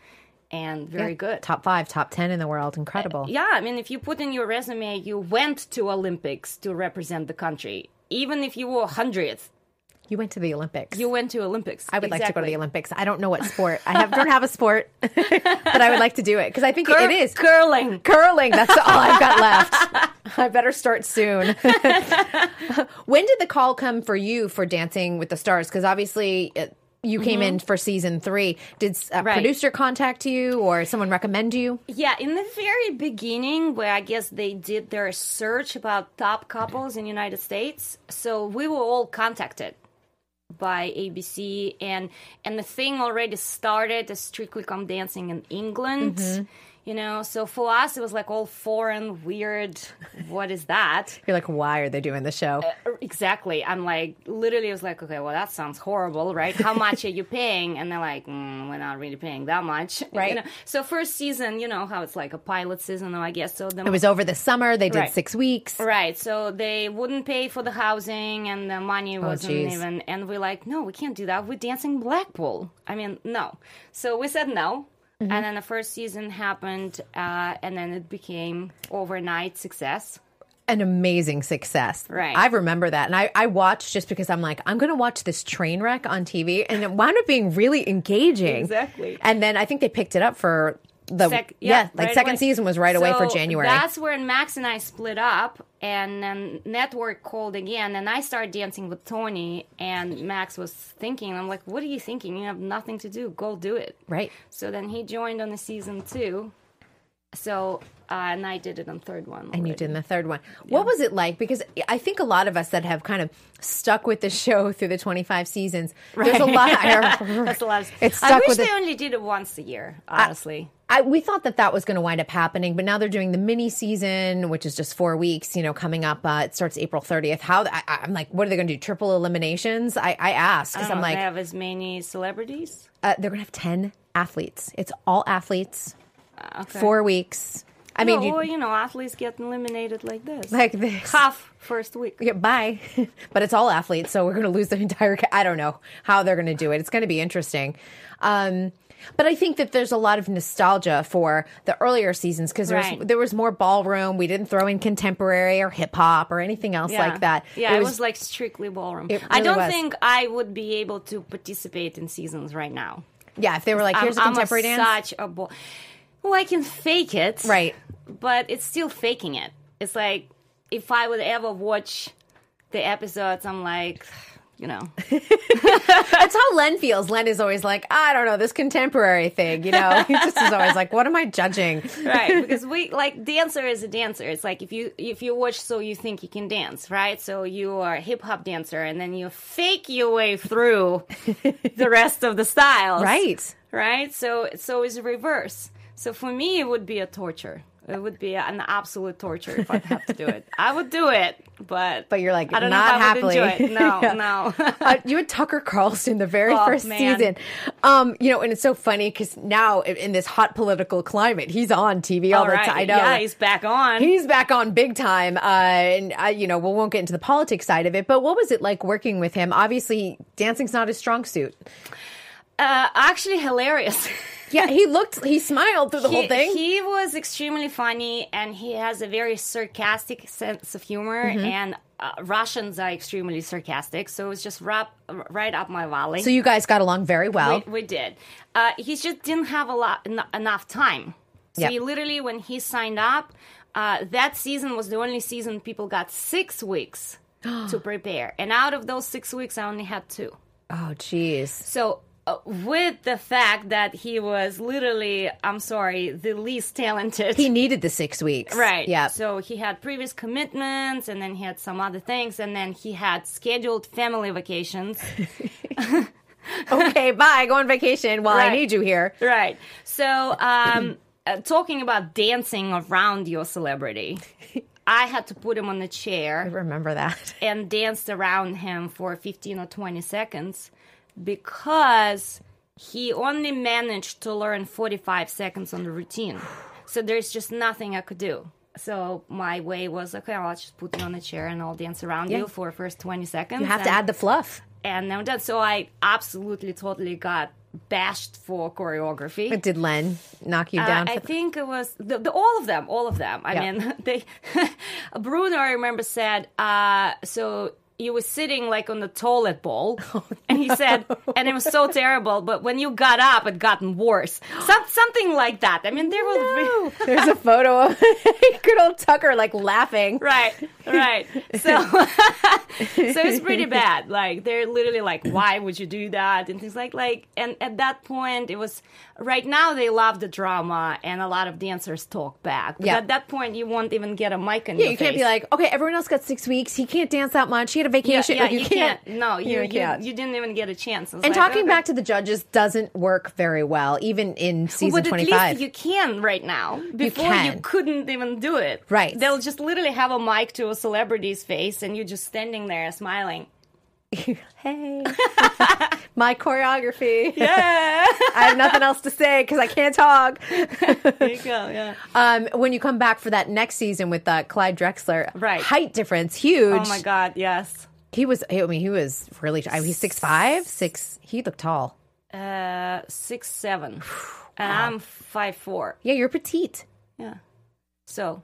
Speaker 4: and very good.
Speaker 2: Top five, top ten in the world. Incredible.
Speaker 4: Yeah, I mean, if you put in your resume, you went to Olympics to represent the country, even if you were 100th,
Speaker 2: You went to the Olympics.
Speaker 4: you went to Olympics.
Speaker 2: I would like to go to the
Speaker 4: Exactly.
Speaker 2: Olympics. I don't know what sport. I have, don't have a sport, but I would like to do it because I think it
Speaker 4: Cur-
Speaker 2: is
Speaker 4: curling.
Speaker 2: curling. That's all I've got left. I better start soon. when did the call come for you for Dancing with the Stars? Because obviously. uh you came in for season three. Did a
Speaker 4: Mm-hmm. Right.
Speaker 2: producer contact you or someone recommend you?
Speaker 4: Yeah, in the very beginning, where I guess they did their search about top couples in United States, so we were all contacted by ABC, and and the thing already started as Strictly Come Dancing in England. You know, so for us, it was like all foreign, weird. What is that?
Speaker 2: You're like, why are they doing the show?
Speaker 4: Uh, exactly. I'm like, literally, I was like, okay, well, that sounds horrible, right? How much are you paying? And they're like, mm, we're not really paying that much, You
Speaker 2: Right.
Speaker 4: know? So first season, you know how it's like a pilot season, I guess. So the
Speaker 2: it was over the summer. They did
Speaker 4: Right.
Speaker 2: six weeks.
Speaker 4: Right, so they wouldn't pay for the housing, and the
Speaker 2: Oh,
Speaker 4: money wasn't
Speaker 2: geez.
Speaker 4: even. And we're like, no, we can't do that. We're dancing Blackpool. I mean, no. So we said no,
Speaker 2: Mm-hmm.
Speaker 4: and then the first season happened, uh, and then it became overnight success.
Speaker 2: an amazing success.
Speaker 4: Right.
Speaker 2: I remember that. And I, I watched just because I'm like, I'm going to watch this train wreck on TV. And it wound up being really engaging.
Speaker 4: Exactly.
Speaker 2: And then I think they picked it up for the,
Speaker 4: Sec-
Speaker 2: yeah, like
Speaker 4: right
Speaker 2: second
Speaker 4: away.
Speaker 2: season was right away for
Speaker 4: So
Speaker 2: January.
Speaker 4: That's when Max and I split up, and then Network called again, and I started dancing with Tony, and Max was thinking, I'm like, what are you thinking? You have nothing to do. Go do it.
Speaker 2: right.
Speaker 4: So then he joined on the season two. So, uh, and I did it on third one.
Speaker 2: And you
Speaker 4: already.
Speaker 2: did in the third one. What was it like? Because I think a lot of us that have kind of stuck with the show through the 25 seasons, there's a lot.
Speaker 4: That's the last.
Speaker 2: It's
Speaker 4: I
Speaker 2: stuck
Speaker 4: wish
Speaker 2: with
Speaker 4: they
Speaker 2: it. Uh,
Speaker 4: only did it once a year, honestly.
Speaker 2: I, we thought that that was going to wind up happening, but now they're doing the mini season, which is just four weeks. You know, coming up, uh, it starts April 30th. How I, I- I'm like, what are they going to do? Triple eliminations? I, I asked because
Speaker 4: I
Speaker 2: I'm
Speaker 4: don't know
Speaker 2: like,
Speaker 4: if Oh, they have as many celebrities.
Speaker 2: uh, they're going to have 10 athletes. It's all athletes,
Speaker 4: Uh, Okay.
Speaker 2: four weeks. I mean,
Speaker 4: no,
Speaker 2: you,
Speaker 4: well, you know, athletes get eliminated like this.
Speaker 2: like this.
Speaker 4: half first week.
Speaker 2: Yeah, bye. but it's all athletes, so we're going to lose the entire. Ca- I don't know how they're going to do it. It's going to be interesting. Um, but I think that there's a lot of nostalgia for the earlier seasons because
Speaker 4: Right.
Speaker 2: there was more ballroom. We didn't throw in contemporary or hip hop or anything else like that.
Speaker 4: Yeah, it was, like strictly ballroom.
Speaker 2: It
Speaker 4: I
Speaker 2: really
Speaker 4: don't
Speaker 2: was.
Speaker 4: think I would be able to participate in seasons right now.
Speaker 2: yeah. If they were like, here's a
Speaker 4: I'm,
Speaker 2: contemporary
Speaker 4: I'm a
Speaker 2: dance,
Speaker 4: such a ball. Well, I can fake it,
Speaker 2: right?
Speaker 4: But it's still faking it. It's like if I would ever watch the episodes, I'm like, you know,
Speaker 2: That's how Len feels. Len is always like, I don't know this contemporary thing. You know, he just is always like, what am I judging?
Speaker 4: right? Because we like dancer is a dancer. It's like if you if you watch, so you think you can dance, right? So you are a hip hop dancer, and then you fake your way through the rest of the styles,
Speaker 2: Right.
Speaker 4: right? So so it's reverse. So for me, it would be a torture. It would be an absolute torture if I have to do it. I would do it, but
Speaker 2: But you're like,
Speaker 4: I don't
Speaker 2: not
Speaker 4: know if I would
Speaker 2: happily.
Speaker 4: enjoy it. No,
Speaker 2: Yeah.
Speaker 4: no.
Speaker 2: uh, you had Tucker Carlson the very
Speaker 4: Oh,
Speaker 2: first
Speaker 4: man.
Speaker 2: season. Um, you know, and it's so funny because now i- in this hot political climate, he's on TV all,
Speaker 4: All
Speaker 2: the
Speaker 4: right,
Speaker 2: time. I know.
Speaker 4: yeah, he's back on.
Speaker 2: He's back on big time, uh, and uh, you know we won't get into the politics side of it. But what was it like working with him? Obviously, dancing's not his strong suit.
Speaker 4: uh, actually, hilarious.
Speaker 2: Yeah, he looked, he smiled through the
Speaker 4: he,
Speaker 2: whole thing.
Speaker 4: he was extremely funny, and he has a very sarcastic sense of humor.
Speaker 2: Mm-hmm.
Speaker 4: And uh, Russians are extremely sarcastic, so it's just rap, right up my valley.
Speaker 2: so you guys got along very well.
Speaker 4: We, we did. Uh, he just didn't have a lot en- enough time. So
Speaker 2: Yeah.
Speaker 4: he literally, when he signed up, uh, that season was the only season people got six weeks to prepare, and out of those six weeks, I only had two.
Speaker 2: oh, jeez.
Speaker 4: So. Uh, with the fact that he was literally, I'm sorry, the least talented.
Speaker 2: He needed the six weeks,
Speaker 4: Right.
Speaker 2: Yeah.
Speaker 4: So he had previous commitments and then he had some other things and then he had scheduled family vacations.
Speaker 2: okay, bye. Go on vacation while I
Speaker 4: Right.
Speaker 2: need you here.
Speaker 4: right. So, um, uh, talking about dancing around your celebrity, I had to put him on the chair
Speaker 2: Remember that.
Speaker 4: and danced around him for 15 or 20 seconds because he only managed to learn 45 seconds on the routine. So there's just nothing I could do. So my way was okay. I'll just put you on a chair and I'll dance around you for first twenty seconds.
Speaker 2: You have to
Speaker 4: and-
Speaker 2: add the fluff.
Speaker 4: and now that so I absolutely totally got bashed for choreography.
Speaker 2: But did Len knock you
Speaker 4: Uh,
Speaker 2: down?
Speaker 4: I
Speaker 2: for
Speaker 4: think it was the, the, all of them, all of them. I
Speaker 2: Yeah.
Speaker 4: mean, they Bruno, I remember, said, uh, so you were sitting like on the toilet bowl,
Speaker 2: Oh,
Speaker 4: and he said, and it was so terrible. But when you got up, it gotten worse. Some, something like that. I mean, there was
Speaker 2: the- There's a photo of good old Tucker like laughing.
Speaker 4: right, right. So, so it's pretty bad. Like they're literally like, why would you do that and things like like. And at that point, it was right now they love the drama and a lot of dancers talk back. But
Speaker 2: Yeah.
Speaker 4: at that point, you won't even get a mic in
Speaker 2: Yeah,
Speaker 4: your
Speaker 2: you can't be
Speaker 4: face.
Speaker 2: like, okay, everyone else got six weeks. He can't dance that much. He had a
Speaker 4: yeah,
Speaker 2: vacation.
Speaker 4: yeah,
Speaker 2: Like,
Speaker 4: you, can't, No, you,
Speaker 2: You
Speaker 4: you,
Speaker 2: can't.
Speaker 4: you didn't even get a chance.
Speaker 2: And talking back to the judges doesn't work very well, even in season
Speaker 4: but at
Speaker 2: 25.
Speaker 4: least you can right now. Before you,
Speaker 2: can.
Speaker 4: couldn't even do it.
Speaker 2: Right.
Speaker 4: They'll just literally have a mic to a celebrity's face, and you're just standing there smiling.
Speaker 2: hey, my choreography. Yeah. I have nothing else to say because I can't talk.
Speaker 4: There you go. Yeah.
Speaker 2: Um, when you come back for that next season with uh, Clyde Drexler,
Speaker 4: Right.
Speaker 2: height difference, huge.
Speaker 4: Oh my God! Yes.
Speaker 2: He was, I mean, he was really, I he's six five, six. He looked tall.
Speaker 4: Uh, six seven, and I'm five four.
Speaker 2: Yeah, you're petite.
Speaker 4: Yeah. So,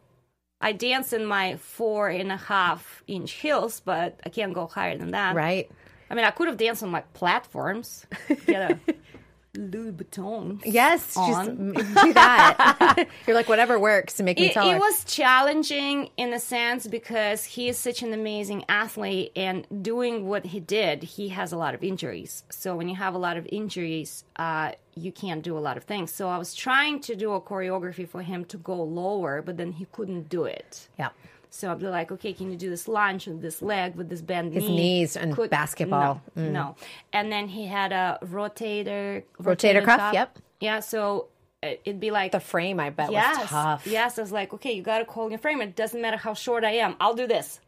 Speaker 4: I dance in my four and a half inch heels, but I
Speaker 2: Um,
Speaker 4: can't go higher than that.
Speaker 2: Right.
Speaker 4: I mean, I could have danced on my platforms. You know. Louis Vuitton.
Speaker 2: Yes, just
Speaker 4: on.
Speaker 2: m- do that. You're like whatever works to make me
Speaker 4: It,
Speaker 2: taller.
Speaker 4: it was challenging in a sense because he is such an amazing athlete, and doing what he did, he has a lot of injuries. So when you have a lot of injuries, uh, you can't do a lot of things. So I was trying to do a choreography for him to go lower, but then he couldn't do it.
Speaker 2: yeah.
Speaker 4: So I'd be like, okay, can you do this lunge with this leg with this bent
Speaker 2: His
Speaker 4: knee?
Speaker 2: knees and basketball. Mm.
Speaker 4: No, no. And then he had a rotator
Speaker 2: Rotator cuff,
Speaker 4: cuff.
Speaker 2: yep.
Speaker 4: Yeah. So uh, it'd be like
Speaker 2: The frame I bet was
Speaker 4: yes,
Speaker 2: tough.
Speaker 4: yes. I was like, okay, you gotta hold your frame. It doesn't matter how short I am. I'll do this,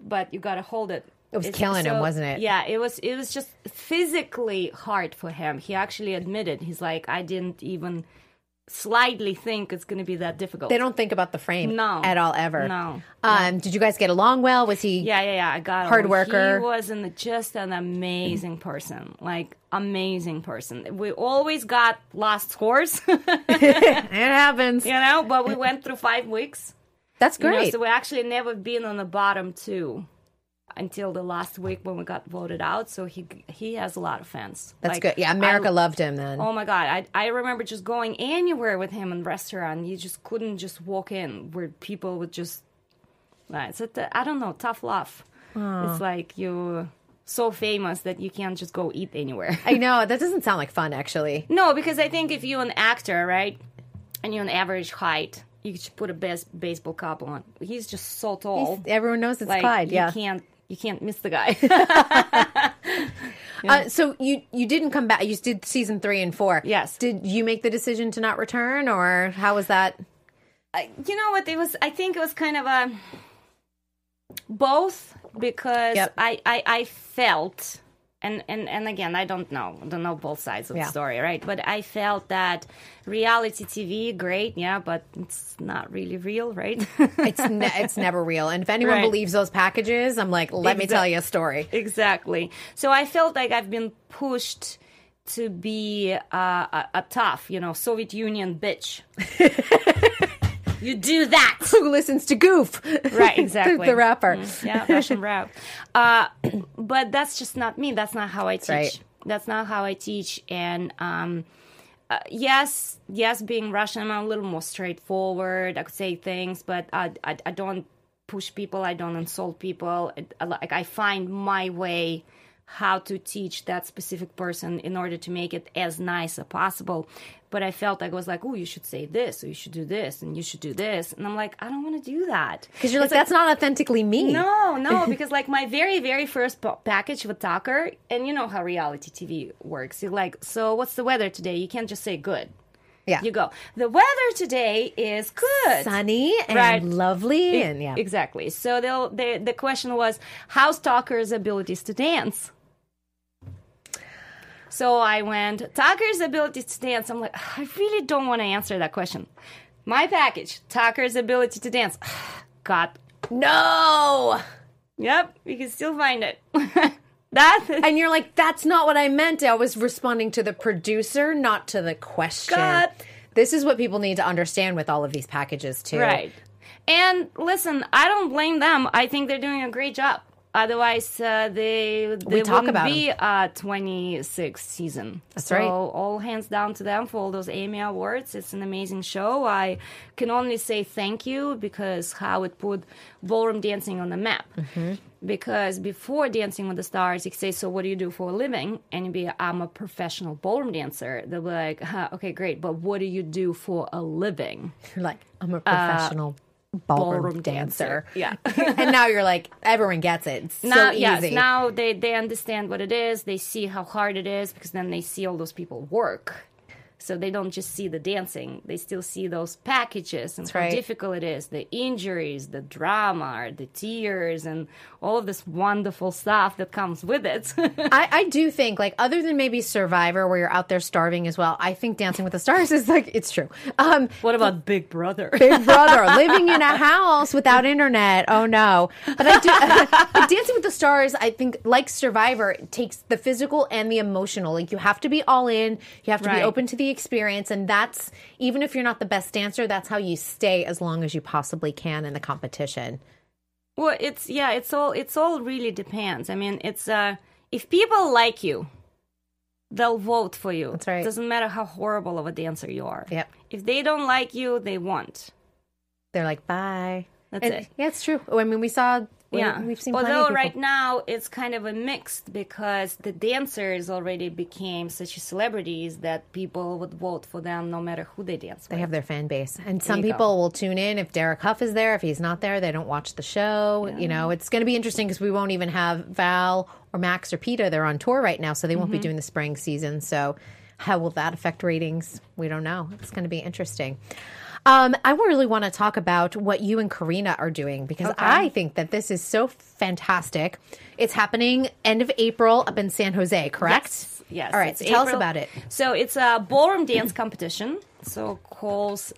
Speaker 4: but you gotta hold it.
Speaker 2: It was killing him, wasn't it?
Speaker 4: Yeah, it was. It was just physically hard for him. He actually admitted he's like, I didn't even slightly think it's gonna be that difficult.
Speaker 2: They don't think about the frame
Speaker 4: No.
Speaker 2: at all ever.
Speaker 4: No.
Speaker 2: Um, did you guys get along well? Was he
Speaker 4: Yeah, yeah, yeah. I got
Speaker 2: Hard
Speaker 4: along.
Speaker 2: worker.
Speaker 4: He was an, just an amazing person, like amazing person. We always got lost scores, you
Speaker 2: It happens.
Speaker 4: know, but we went through five weeks.
Speaker 2: That's
Speaker 4: you know,
Speaker 2: great.
Speaker 4: so we actually never been on the bottom two until the last week when we got voted out. So he he has a lot of fans.
Speaker 2: That's
Speaker 4: Like,
Speaker 2: good. Yeah, America
Speaker 4: I-
Speaker 2: loved him then.
Speaker 4: Oh my god, I I remember just going anywhere with him in restaurant. You just couldn't just walk in where people would just. Nah, It's a t- I don't know, tough love. It's like you so famous that you can't just go eat anywhere.
Speaker 2: I know that doesn't sound like fun, actually.
Speaker 4: no, because I think if you're an actor, right, and you're an average height, you should put a bas- baseball cap on. He's just so tall.
Speaker 2: Everyone knows it's
Speaker 4: like
Speaker 2: Clyde.
Speaker 4: you
Speaker 2: Yeah.
Speaker 4: can't you can't miss the guy.
Speaker 2: Uh, so you you didn't come back. You did season three and four.
Speaker 4: Yes.
Speaker 2: Did you make the decision to not return, or how was that?
Speaker 4: Uh, you know what it was i think it was kind of a both because
Speaker 2: Yep.
Speaker 4: I, I i felt and and and again i don't know I don't know both sides of
Speaker 2: Yeah.
Speaker 4: the story right but i felt that reality tv great yeah but it's not really real right
Speaker 2: It's ne- it's never real. And if anyone
Speaker 4: Right.
Speaker 2: believes those packages, I'm like, let me
Speaker 4: Exact-
Speaker 2: tell you a story.
Speaker 4: exactly so i felt like i've been pushed to be uh, a, a tough you know soviet union bitch you do that
Speaker 2: Who listens to Goof?
Speaker 4: right
Speaker 2: The-
Speaker 4: exactly
Speaker 2: the rapper.
Speaker 4: Mm, yeah russian rap uh, but that's just not me that's not how i teach
Speaker 2: right.
Speaker 4: that's not how i teach and um, uh, yes yes being russian i'm a little more straightforward i could say things but i, I, I don't push people i don't insult people It- I like i find my way how to teach that specific person in order to make it as nice as possible but i felt like i was like oh you should say this or you should do this and you should do this and i'm like i don't want to do that
Speaker 2: Because you're like, that's not authentically me.
Speaker 4: no, no, because like my very, very first pa- package with Tucker, and you know how reality TV works. You're like, so what's the weather today? You can't just say good.
Speaker 2: Yeah.
Speaker 4: You go, the weather today is good.
Speaker 2: Sunny and
Speaker 4: Right. E-,
Speaker 2: lovely, and yeah.
Speaker 4: Exactly. So they'll, they, the question was, how's Tucker's abilities to dance? So I went, Tucker's abilities to dance. I'm like, I really don't want to answer that question. My package, Tucker's ability to dance. God
Speaker 2: no.
Speaker 4: Yep, you can still find it. that
Speaker 2: And you're like, that's not what I meant. I was responding to the producer, not to the question.
Speaker 4: God.
Speaker 2: This is what people need to understand with all of these packages, too.
Speaker 4: right. And listen, I don't blame them. I think they're doing a great job. Otherwise, uh, they they
Speaker 2: We talk
Speaker 4: wouldn't
Speaker 2: about
Speaker 4: be uh, 26 season. That's so
Speaker 2: right.
Speaker 4: all hands down to them for all those Emmy awards. It's an amazing show. I can only say thank you because how it put ballroom dancing on the map.
Speaker 2: Mm-hmm.
Speaker 4: Because before Dancing with the Stars, you say, "So what do you do for a living?" And you'd be, "I'm a professional ballroom dancer." They'll be like, huh, "Okay, great, but what do you do for a living?"
Speaker 2: You're like, I'm a professional ballroom,
Speaker 4: Uh, ballroom
Speaker 2: dancer.
Speaker 4: dancer. Yeah.
Speaker 2: and now you're like, everyone gets it. It's
Speaker 4: now
Speaker 2: so easy.
Speaker 4: yes now they they understand what it is they see how hard it is because then they see all those people work so they don't just see the dancing they still see those packages and how
Speaker 2: right.
Speaker 4: difficult it is the injuries the drama the tears and all of this wonderful stuff that comes with it
Speaker 2: I, I do think, like, other than maybe Survivor, where you're out there starving as well, I think Dancing with the Stars is like, it's true. Um,
Speaker 4: what about big brother
Speaker 2: Big Brother, living in a house without internet. Oh no! But I do. but Dancing with the Stars, I think, like Survivor, it takes the physical and the emotional. Like you have to be all in. You have to be
Speaker 4: Right.
Speaker 2: open to the experience, and that's even if you're not the best dancer, that's how you stay as long as you possibly can in the competition.
Speaker 4: Well, it's yeah, it's all it's all really depends. I mean, it's uh if people like you, they'll vote for you.
Speaker 2: That's right.
Speaker 4: Doesn't matter how horrible of a dancer you are.
Speaker 2: Yep.
Speaker 4: If they don't like you, they won't.
Speaker 2: They're like, bye.
Speaker 4: That's
Speaker 2: And-
Speaker 4: it.
Speaker 2: Yeah, it's true. Oh, I mean, we saw. we-
Speaker 4: yeah.
Speaker 2: we've seen. plenty of
Speaker 4: Although
Speaker 2: people.
Speaker 4: right now it's kind of a mixed because the dancers already became such celebrities that people would vote for them no matter who they dance
Speaker 2: They
Speaker 4: with.
Speaker 2: have their fan base. And some
Speaker 4: you go.
Speaker 2: people will tune in if Derek Huff is there. If he's not there, they don't watch the show. You know, it's going to be interesting because we won't even have Val or Max or Peter. They're on tour right now, so they
Speaker 4: Mm-hmm.
Speaker 2: won't be doing the spring season. So, how will that affect ratings? We don't know. It's going to be interesting. Um, I really want to talk about what you and Karina are doing because I think that this is so fantastic. It's happening end of April up in San Jose, correct?
Speaker 4: Yes. yes,
Speaker 2: All right.
Speaker 4: it's
Speaker 2: So tell us
Speaker 4: April.
Speaker 2: about it.
Speaker 4: So it's a ballroom dance competition. So calls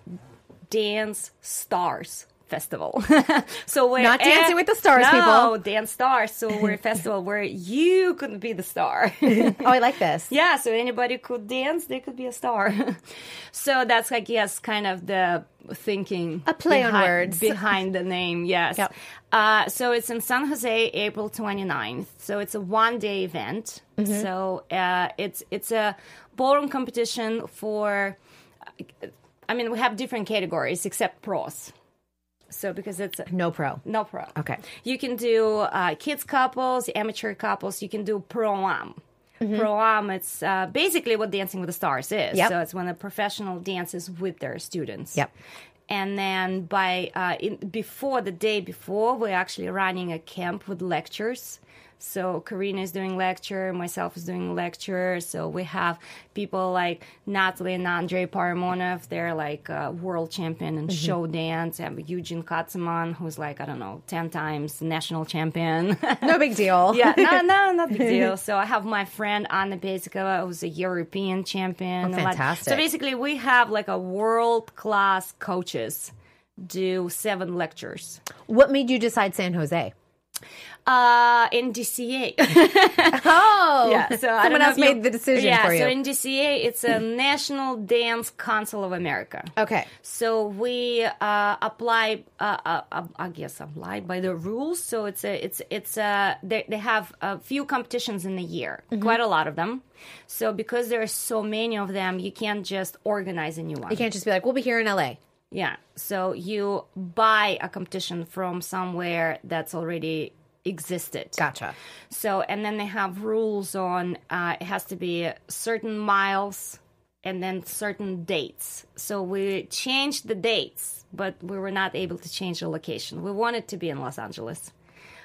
Speaker 4: Dance Stars Festival. so we're
Speaker 2: Not Dancing with the Stars,
Speaker 4: no,
Speaker 2: people.
Speaker 4: Dance Stars. So we're a festival where you could be the star.
Speaker 2: Oh, I like this.
Speaker 4: yeah. So anybody could dance. They could be a star. so that's like yes, kind of the thinking
Speaker 2: A play on
Speaker 4: behind,
Speaker 2: words.
Speaker 4: behind the name. Yes.
Speaker 2: Yep.
Speaker 4: Uh, so it's in San Jose, April 29th. So it's a one day event.
Speaker 2: Mm-hmm.
Speaker 4: So uh, it's it's a ballroom competition for. I mean, we have different categories except pros. So because it's
Speaker 2: No pro.
Speaker 4: no pro.
Speaker 2: Okay.
Speaker 4: You can do uh, kids couples, amateur couples. You can do pro am. Pro am. It's uh, basically what Dancing with the Stars is.
Speaker 2: Mm-hmm. Yep.
Speaker 4: So it's when a professional dances with their students.
Speaker 2: Yep.
Speaker 4: And then by uh, in, before the day before, we're actually running a camp with lectures. So Karina is doing lecture, myself is doing lecture. So we have people like Natalie and Andrei Paramonov. They're like uh, world champion in show dance. And Eugene Katzeman, who's like I don't know, ten times national champion.
Speaker 2: No big deal.
Speaker 4: yeah, no, no, not big deal. So I have my friend Anna Bezikova, who's a European champion.
Speaker 2: Oh,
Speaker 4: and like-
Speaker 2: fantastic.
Speaker 4: so basically, we have like a world class coaches do seven lectures
Speaker 2: What made you decide San Jose?
Speaker 4: uh, in DCA.
Speaker 2: Oh,
Speaker 4: yeah, so I don't
Speaker 2: someone
Speaker 4: know
Speaker 2: else
Speaker 4: if you-
Speaker 2: made the decision
Speaker 4: yeah,
Speaker 2: for you.
Speaker 4: so in DCA, it's a National Dance Council of America.
Speaker 2: okay,
Speaker 4: So we uh, apply, uh, uh, uh, I guess, apply by the rules. So it's a, it's it's a, they, they have a few competitions in a year, quite a lot of them. So because there are so many of them, you can't just organize a new one.
Speaker 2: you can't just be like, we'll be here in LA.
Speaker 4: Yeah. So you buy a competition from somewhere that's already existed.
Speaker 2: Gotcha.
Speaker 4: So, and then they have rules on uh, it has to be certain miles and then certain dates. So we changed the dates, but we were not able to change the location. We wanted to be in Los Angeles,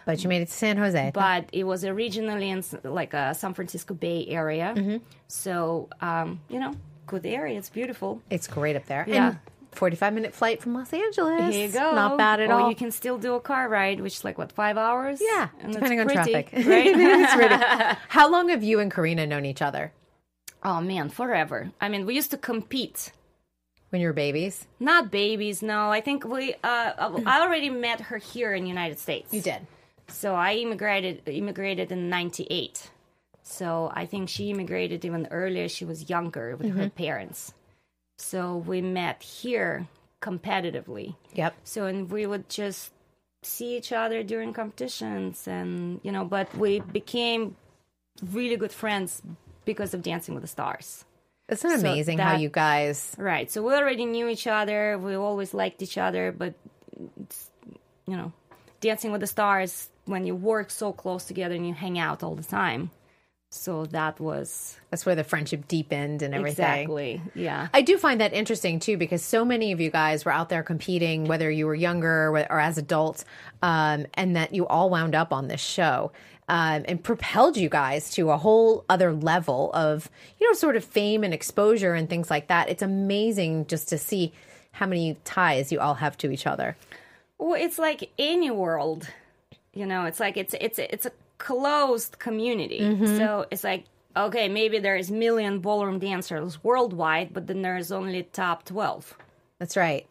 Speaker 2: But you made it to San Jose.
Speaker 4: but it was originally in s- like a San Francisco Bay Area.
Speaker 2: Mm-hmm.
Speaker 4: So, um, you know, good area. It's beautiful.
Speaker 2: it's great up there.
Speaker 4: Yeah.
Speaker 2: And 45 minute flight from Los Angeles.
Speaker 4: Here you go.
Speaker 2: Not bad at
Speaker 4: or
Speaker 2: all.
Speaker 4: You can still do a car ride, which is like what five hours.
Speaker 2: yeah,
Speaker 4: And it's
Speaker 2: depending on
Speaker 4: pretty,
Speaker 2: traffic.
Speaker 4: right?
Speaker 2: It's ridiculous. How long have you and Karina known each other?
Speaker 4: oh man, forever. I mean, we used to compete.
Speaker 2: When you were babies?
Speaker 4: Not babies, no. I think we. Uh, I already met her here in United States.
Speaker 2: You did.
Speaker 4: So I immigrated immigrated in '98. So I think she immigrated even earlier. She was younger with her
Speaker 2: Mm-hmm.
Speaker 4: parents. So we met here competitively.
Speaker 2: Yep.
Speaker 4: So and we would just see each other during competitions, and you know, but we became really good friends because of Dancing with the Stars.
Speaker 2: Isn't it
Speaker 4: So
Speaker 2: amazing how
Speaker 4: that-
Speaker 2: you guys.
Speaker 4: Right. So we already knew each other. We always liked each other, but it's, you know, Dancing with the Stars when you work so close together and you hang out all the time. So that was
Speaker 2: That's where the friendship deepened and everything.
Speaker 4: exactly yeah.
Speaker 2: I do find that interesting too, because so many of you guys were out there competing, whether you were younger or, or as adults, um, and that you all wound up on this show um, and propelled you guys to a whole other level of, you know, sort of fame and exposure and things like that. It's amazing just to see how many ties you all have to each other.
Speaker 4: Well, it's like any world, you know. It's like it's it's it's a closed community. So it's like okay, maybe there is million ballroom dancers worldwide, but then there is only top twelve.
Speaker 2: That's right.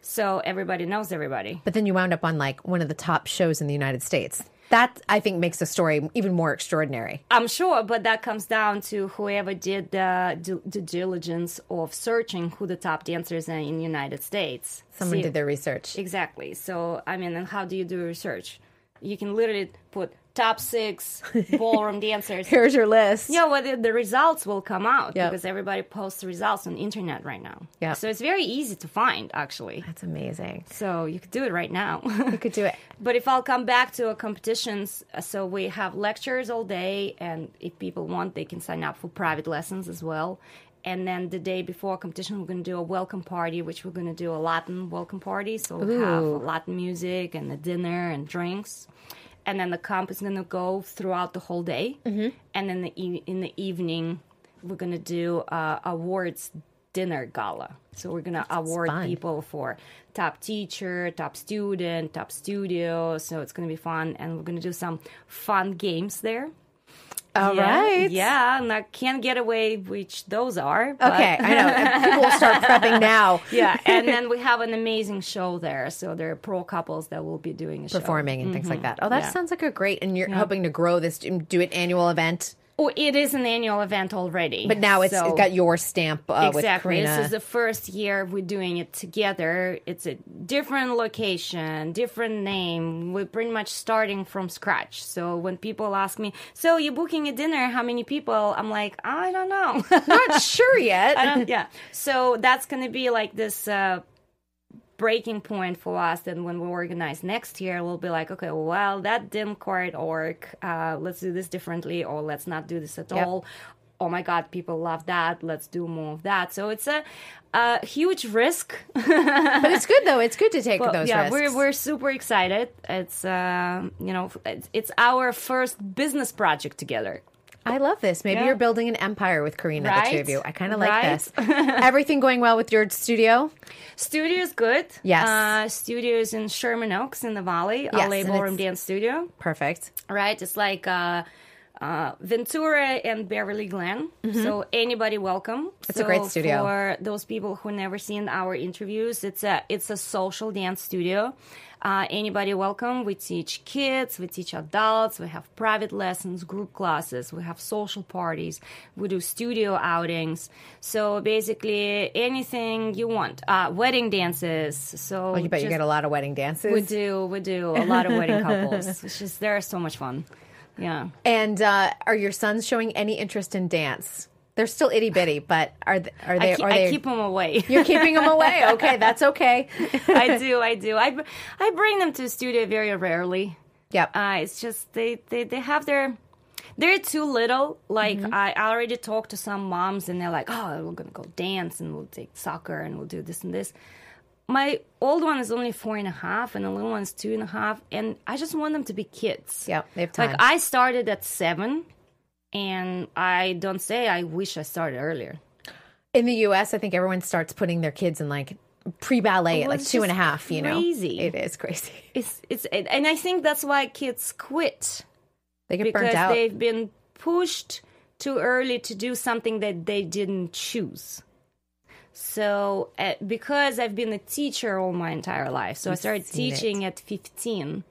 Speaker 4: So everybody knows everybody.
Speaker 2: But then you wound up on like one of the top shows in the United States. That I think makes the story even more extraordinary.
Speaker 4: I'm sure, but that comes down to whoever did the du- due diligence of searching who the top dancers are in the United States.
Speaker 2: Someone
Speaker 4: See-
Speaker 2: did their research.
Speaker 4: Exactly. So, I mean, and how do you do research? You can literally put top six ballroom dancers.
Speaker 2: Here's your list.
Speaker 4: Yeah, well, the, the results will come out
Speaker 2: Yep.
Speaker 4: because everybody posts results on internet right now.
Speaker 2: Yep.
Speaker 4: So it's very easy to find, actually.
Speaker 2: That's amazing.
Speaker 4: So you could do it right now.
Speaker 2: You could do it.
Speaker 4: But if I'll come back to our competitions, uh, so we have lectures all day, and if people want, they can sign up for private lessons as well. And then the day before competition, we're going to do a welcome party, which we're going to do a Latin welcome party. So we'll have
Speaker 2: Ooh.
Speaker 4: Latin music and a dinner and drinks. And then the comp is going to go throughout the whole day. Mm-hmm. And then the e- in the evening, we're going to do uh, awards dinner gala. So we're going to award
Speaker 2: fun.
Speaker 4: people people for top teacher, top student, top studio. So it's going to be fun, and we're going to do some fun games there.
Speaker 2: All right.
Speaker 4: yeah, Yeah, and I can't get away which those are. but-
Speaker 2: Okay, I know. And People will start prepping now.
Speaker 4: yeah, and then we have an amazing show there. So there are pro couples that will be doing a
Speaker 2: Performing and things like that. Oh, that
Speaker 4: Mm-hmm. Yeah.
Speaker 2: sounds like a great. And you're hoping to grow this, do an annual event,
Speaker 4: show. Oh, it is an annual event already.
Speaker 2: but now it's
Speaker 4: so-
Speaker 2: got your stamp uh,
Speaker 4: exactly.
Speaker 2: with
Speaker 4: This
Speaker 2: Karina.
Speaker 4: is the first year we're doing it together. It's a different location, different name. We're pretty much starting from scratch. So when people ask me, "So you're booking a dinner? How many people?" I'm like, "I don't know."
Speaker 2: Not sure yet.
Speaker 4: I don't- yeah. So that's going to be like this uh, breaking point for us. Then when we organize next year, we'll be like, okay, well, that didn't quite work. Uh, let's do this differently, or let's not do this at
Speaker 2: Yep.
Speaker 4: all. Oh my God, people love that. Let's do more of that. So it's a, a huge risk.
Speaker 2: but it's good though. It's good to take those
Speaker 4: yeah,
Speaker 2: risks.
Speaker 4: we're we're super excited. It's uh, you know, it's, it's our first business project together.
Speaker 2: I love this. Maybe
Speaker 4: Yeah.
Speaker 2: you're building an empire with Karina, the two
Speaker 4: Right?
Speaker 2: of you. I kind of like
Speaker 4: Right?
Speaker 2: this. Everything going well with your studio?
Speaker 4: Studio is good.
Speaker 2: Yes.
Speaker 4: Uh, studio is in Sherman Oaks in the Valley,
Speaker 2: Yes,
Speaker 4: LA
Speaker 2: and
Speaker 4: Ballroom
Speaker 2: it's-
Speaker 4: Dance Studio.
Speaker 2: Perfect.
Speaker 4: Right? It's like uh, uh, Ventura and Beverly Glen. So anybody welcome.
Speaker 2: Mm-hmm. It's a great
Speaker 4: So
Speaker 2: studio.
Speaker 4: For those people who never seen our interviews, it's a it's a social dance studio. Uh, anybody welcome. We teach kids, we teach adults, we have private lessons, group classes, we have social parties, we do studio outings. So basically anything you want. Uh, wedding dances. So
Speaker 2: Well, Oh, you bet you
Speaker 4: just-
Speaker 2: get a lot of wedding dances.
Speaker 4: we do, we do a lot of wedding couples. It's just they're so much fun. Yeah.
Speaker 2: And uh, are your sons showing any interest in dance? They're still itty bitty, but are th- are they?
Speaker 4: I, keep,
Speaker 2: are they
Speaker 4: I keep them away.
Speaker 2: You're keeping them away. Okay, that's okay.
Speaker 4: I do, I do. I, br- I bring them to the studio very rarely.
Speaker 2: Yep.
Speaker 4: Uh, it's just they, they, they have their they're too little. Like
Speaker 2: Mm-hmm.
Speaker 4: I already talked to some moms and they're like, Oh, we're gonna go dance and we'll take soccer and we'll do this and this. My old one is only four and a half and the little one's two and a half and I just want them to be kids.
Speaker 2: Yep, they have time.
Speaker 4: Like I started at seven and I don't say I wish I started earlier.
Speaker 2: in the U.S., I think everyone starts putting their kids in like pre ballet at
Speaker 4: Well,
Speaker 2: like
Speaker 4: it's
Speaker 2: two and a
Speaker 4: just
Speaker 2: half. You know,
Speaker 4: crazy.
Speaker 2: It is crazy.
Speaker 4: It's it's and I think that's why kids quit.
Speaker 2: They get
Speaker 4: because
Speaker 2: burned out.
Speaker 4: they've been pushed too early to do something that they didn't choose. So, uh, because I've been a teacher all my entire life, so I started
Speaker 2: seen it.
Speaker 4: teaching at 15.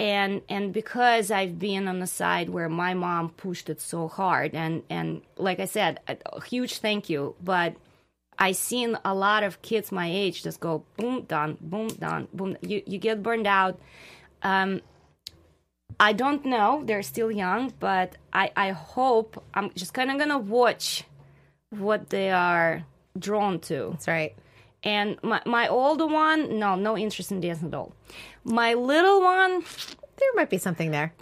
Speaker 4: And and because I've been on the side where my mom pushed it so hard, and and like I said, a a huge thank you. But I seen a lot of kids my age just go boom done, boom done, boom. You you get burned out. Um, I don't know. They're still young, but I, I hope I'm just kind of gonna watch what they are drawn to.
Speaker 2: That's right.
Speaker 4: And my my older one, no, no interest in dance at all. My little one,
Speaker 2: There might be something there.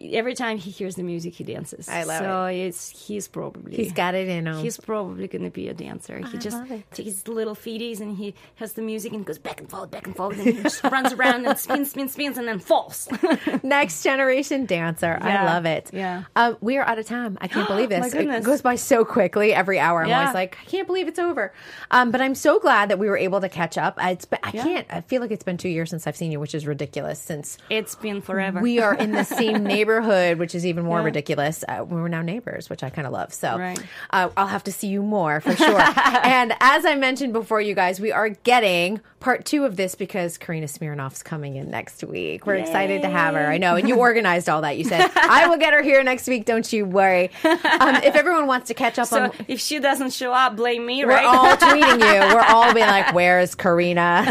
Speaker 4: every time he hears the music, he dances.
Speaker 2: I love
Speaker 4: so it's he's probably
Speaker 2: He's got it in him.
Speaker 4: He's probably gonna be a dancer. He just
Speaker 2: love it.
Speaker 4: takes his little feeties and he has the music and goes back and forth, back and forth, and he just runs around and spins, spins, spins, and then falls.
Speaker 2: Next generation dancer.
Speaker 4: Yeah.
Speaker 2: I love it.
Speaker 4: Yeah.
Speaker 2: Uh, we are out of time. I can't believe this.
Speaker 4: My
Speaker 2: It
Speaker 4: goodness.
Speaker 2: goes by so quickly every hour. I'm
Speaker 4: Yeah.
Speaker 2: always like, I can't believe it's over. Um, but I'm so glad that we were able to catch up. I, it's been, I can't, I feel like it's been two years since I've seen you, which is ridiculous since
Speaker 4: it's been forever.
Speaker 2: we are in the same neighborhood, which is even more ridiculous. Uh, we were now neighbors, which I kind of love. So
Speaker 4: Right.
Speaker 2: uh, I'll have to see you more for sure. and as I mentioned before, you guys, we are getting part two of this because Karina Smirnoff's coming in next week. We're excited to have her. I know. And you organized all that. You said, I will get her here next week. Don't you worry. Um, if everyone wants to catch up
Speaker 4: So
Speaker 2: on.
Speaker 4: if she doesn't show up, blame me,
Speaker 2: We're
Speaker 4: right?
Speaker 2: all tweeting you. We're all being like, where's Karina?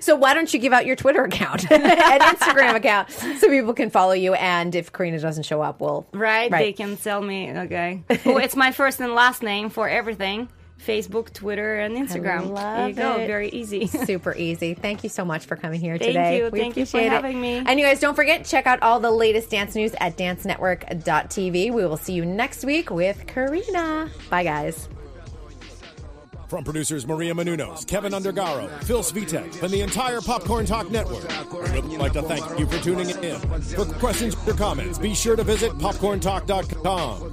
Speaker 2: so why don't you give out your Twitter account and Instagram account so people can follow you? And if Karina doesn't show up, we'll.
Speaker 4: right? They can tell me. Okay. oh, it's my first and last name for everything: Facebook, Twitter, and Instagram. there
Speaker 2: love
Speaker 4: you go.
Speaker 2: it.
Speaker 4: Very easy.
Speaker 2: Super easy. Thank you so much for coming here
Speaker 4: Thank
Speaker 2: today.
Speaker 4: you.
Speaker 2: We
Speaker 4: Thank you for
Speaker 2: appreciate it.
Speaker 4: having me.
Speaker 2: And you guys, don't forget, check out all the latest dance news at dancenetwork.tv. We will see you next week with Karina. Bye, guys.
Speaker 3: From producers Maria Menunos, Kevin Undergaro, Phil Svitek, and the entire Popcorn Talk Network, we'd like to thank you for tuning in. For questions or comments, be sure to visit popcorntalk.com.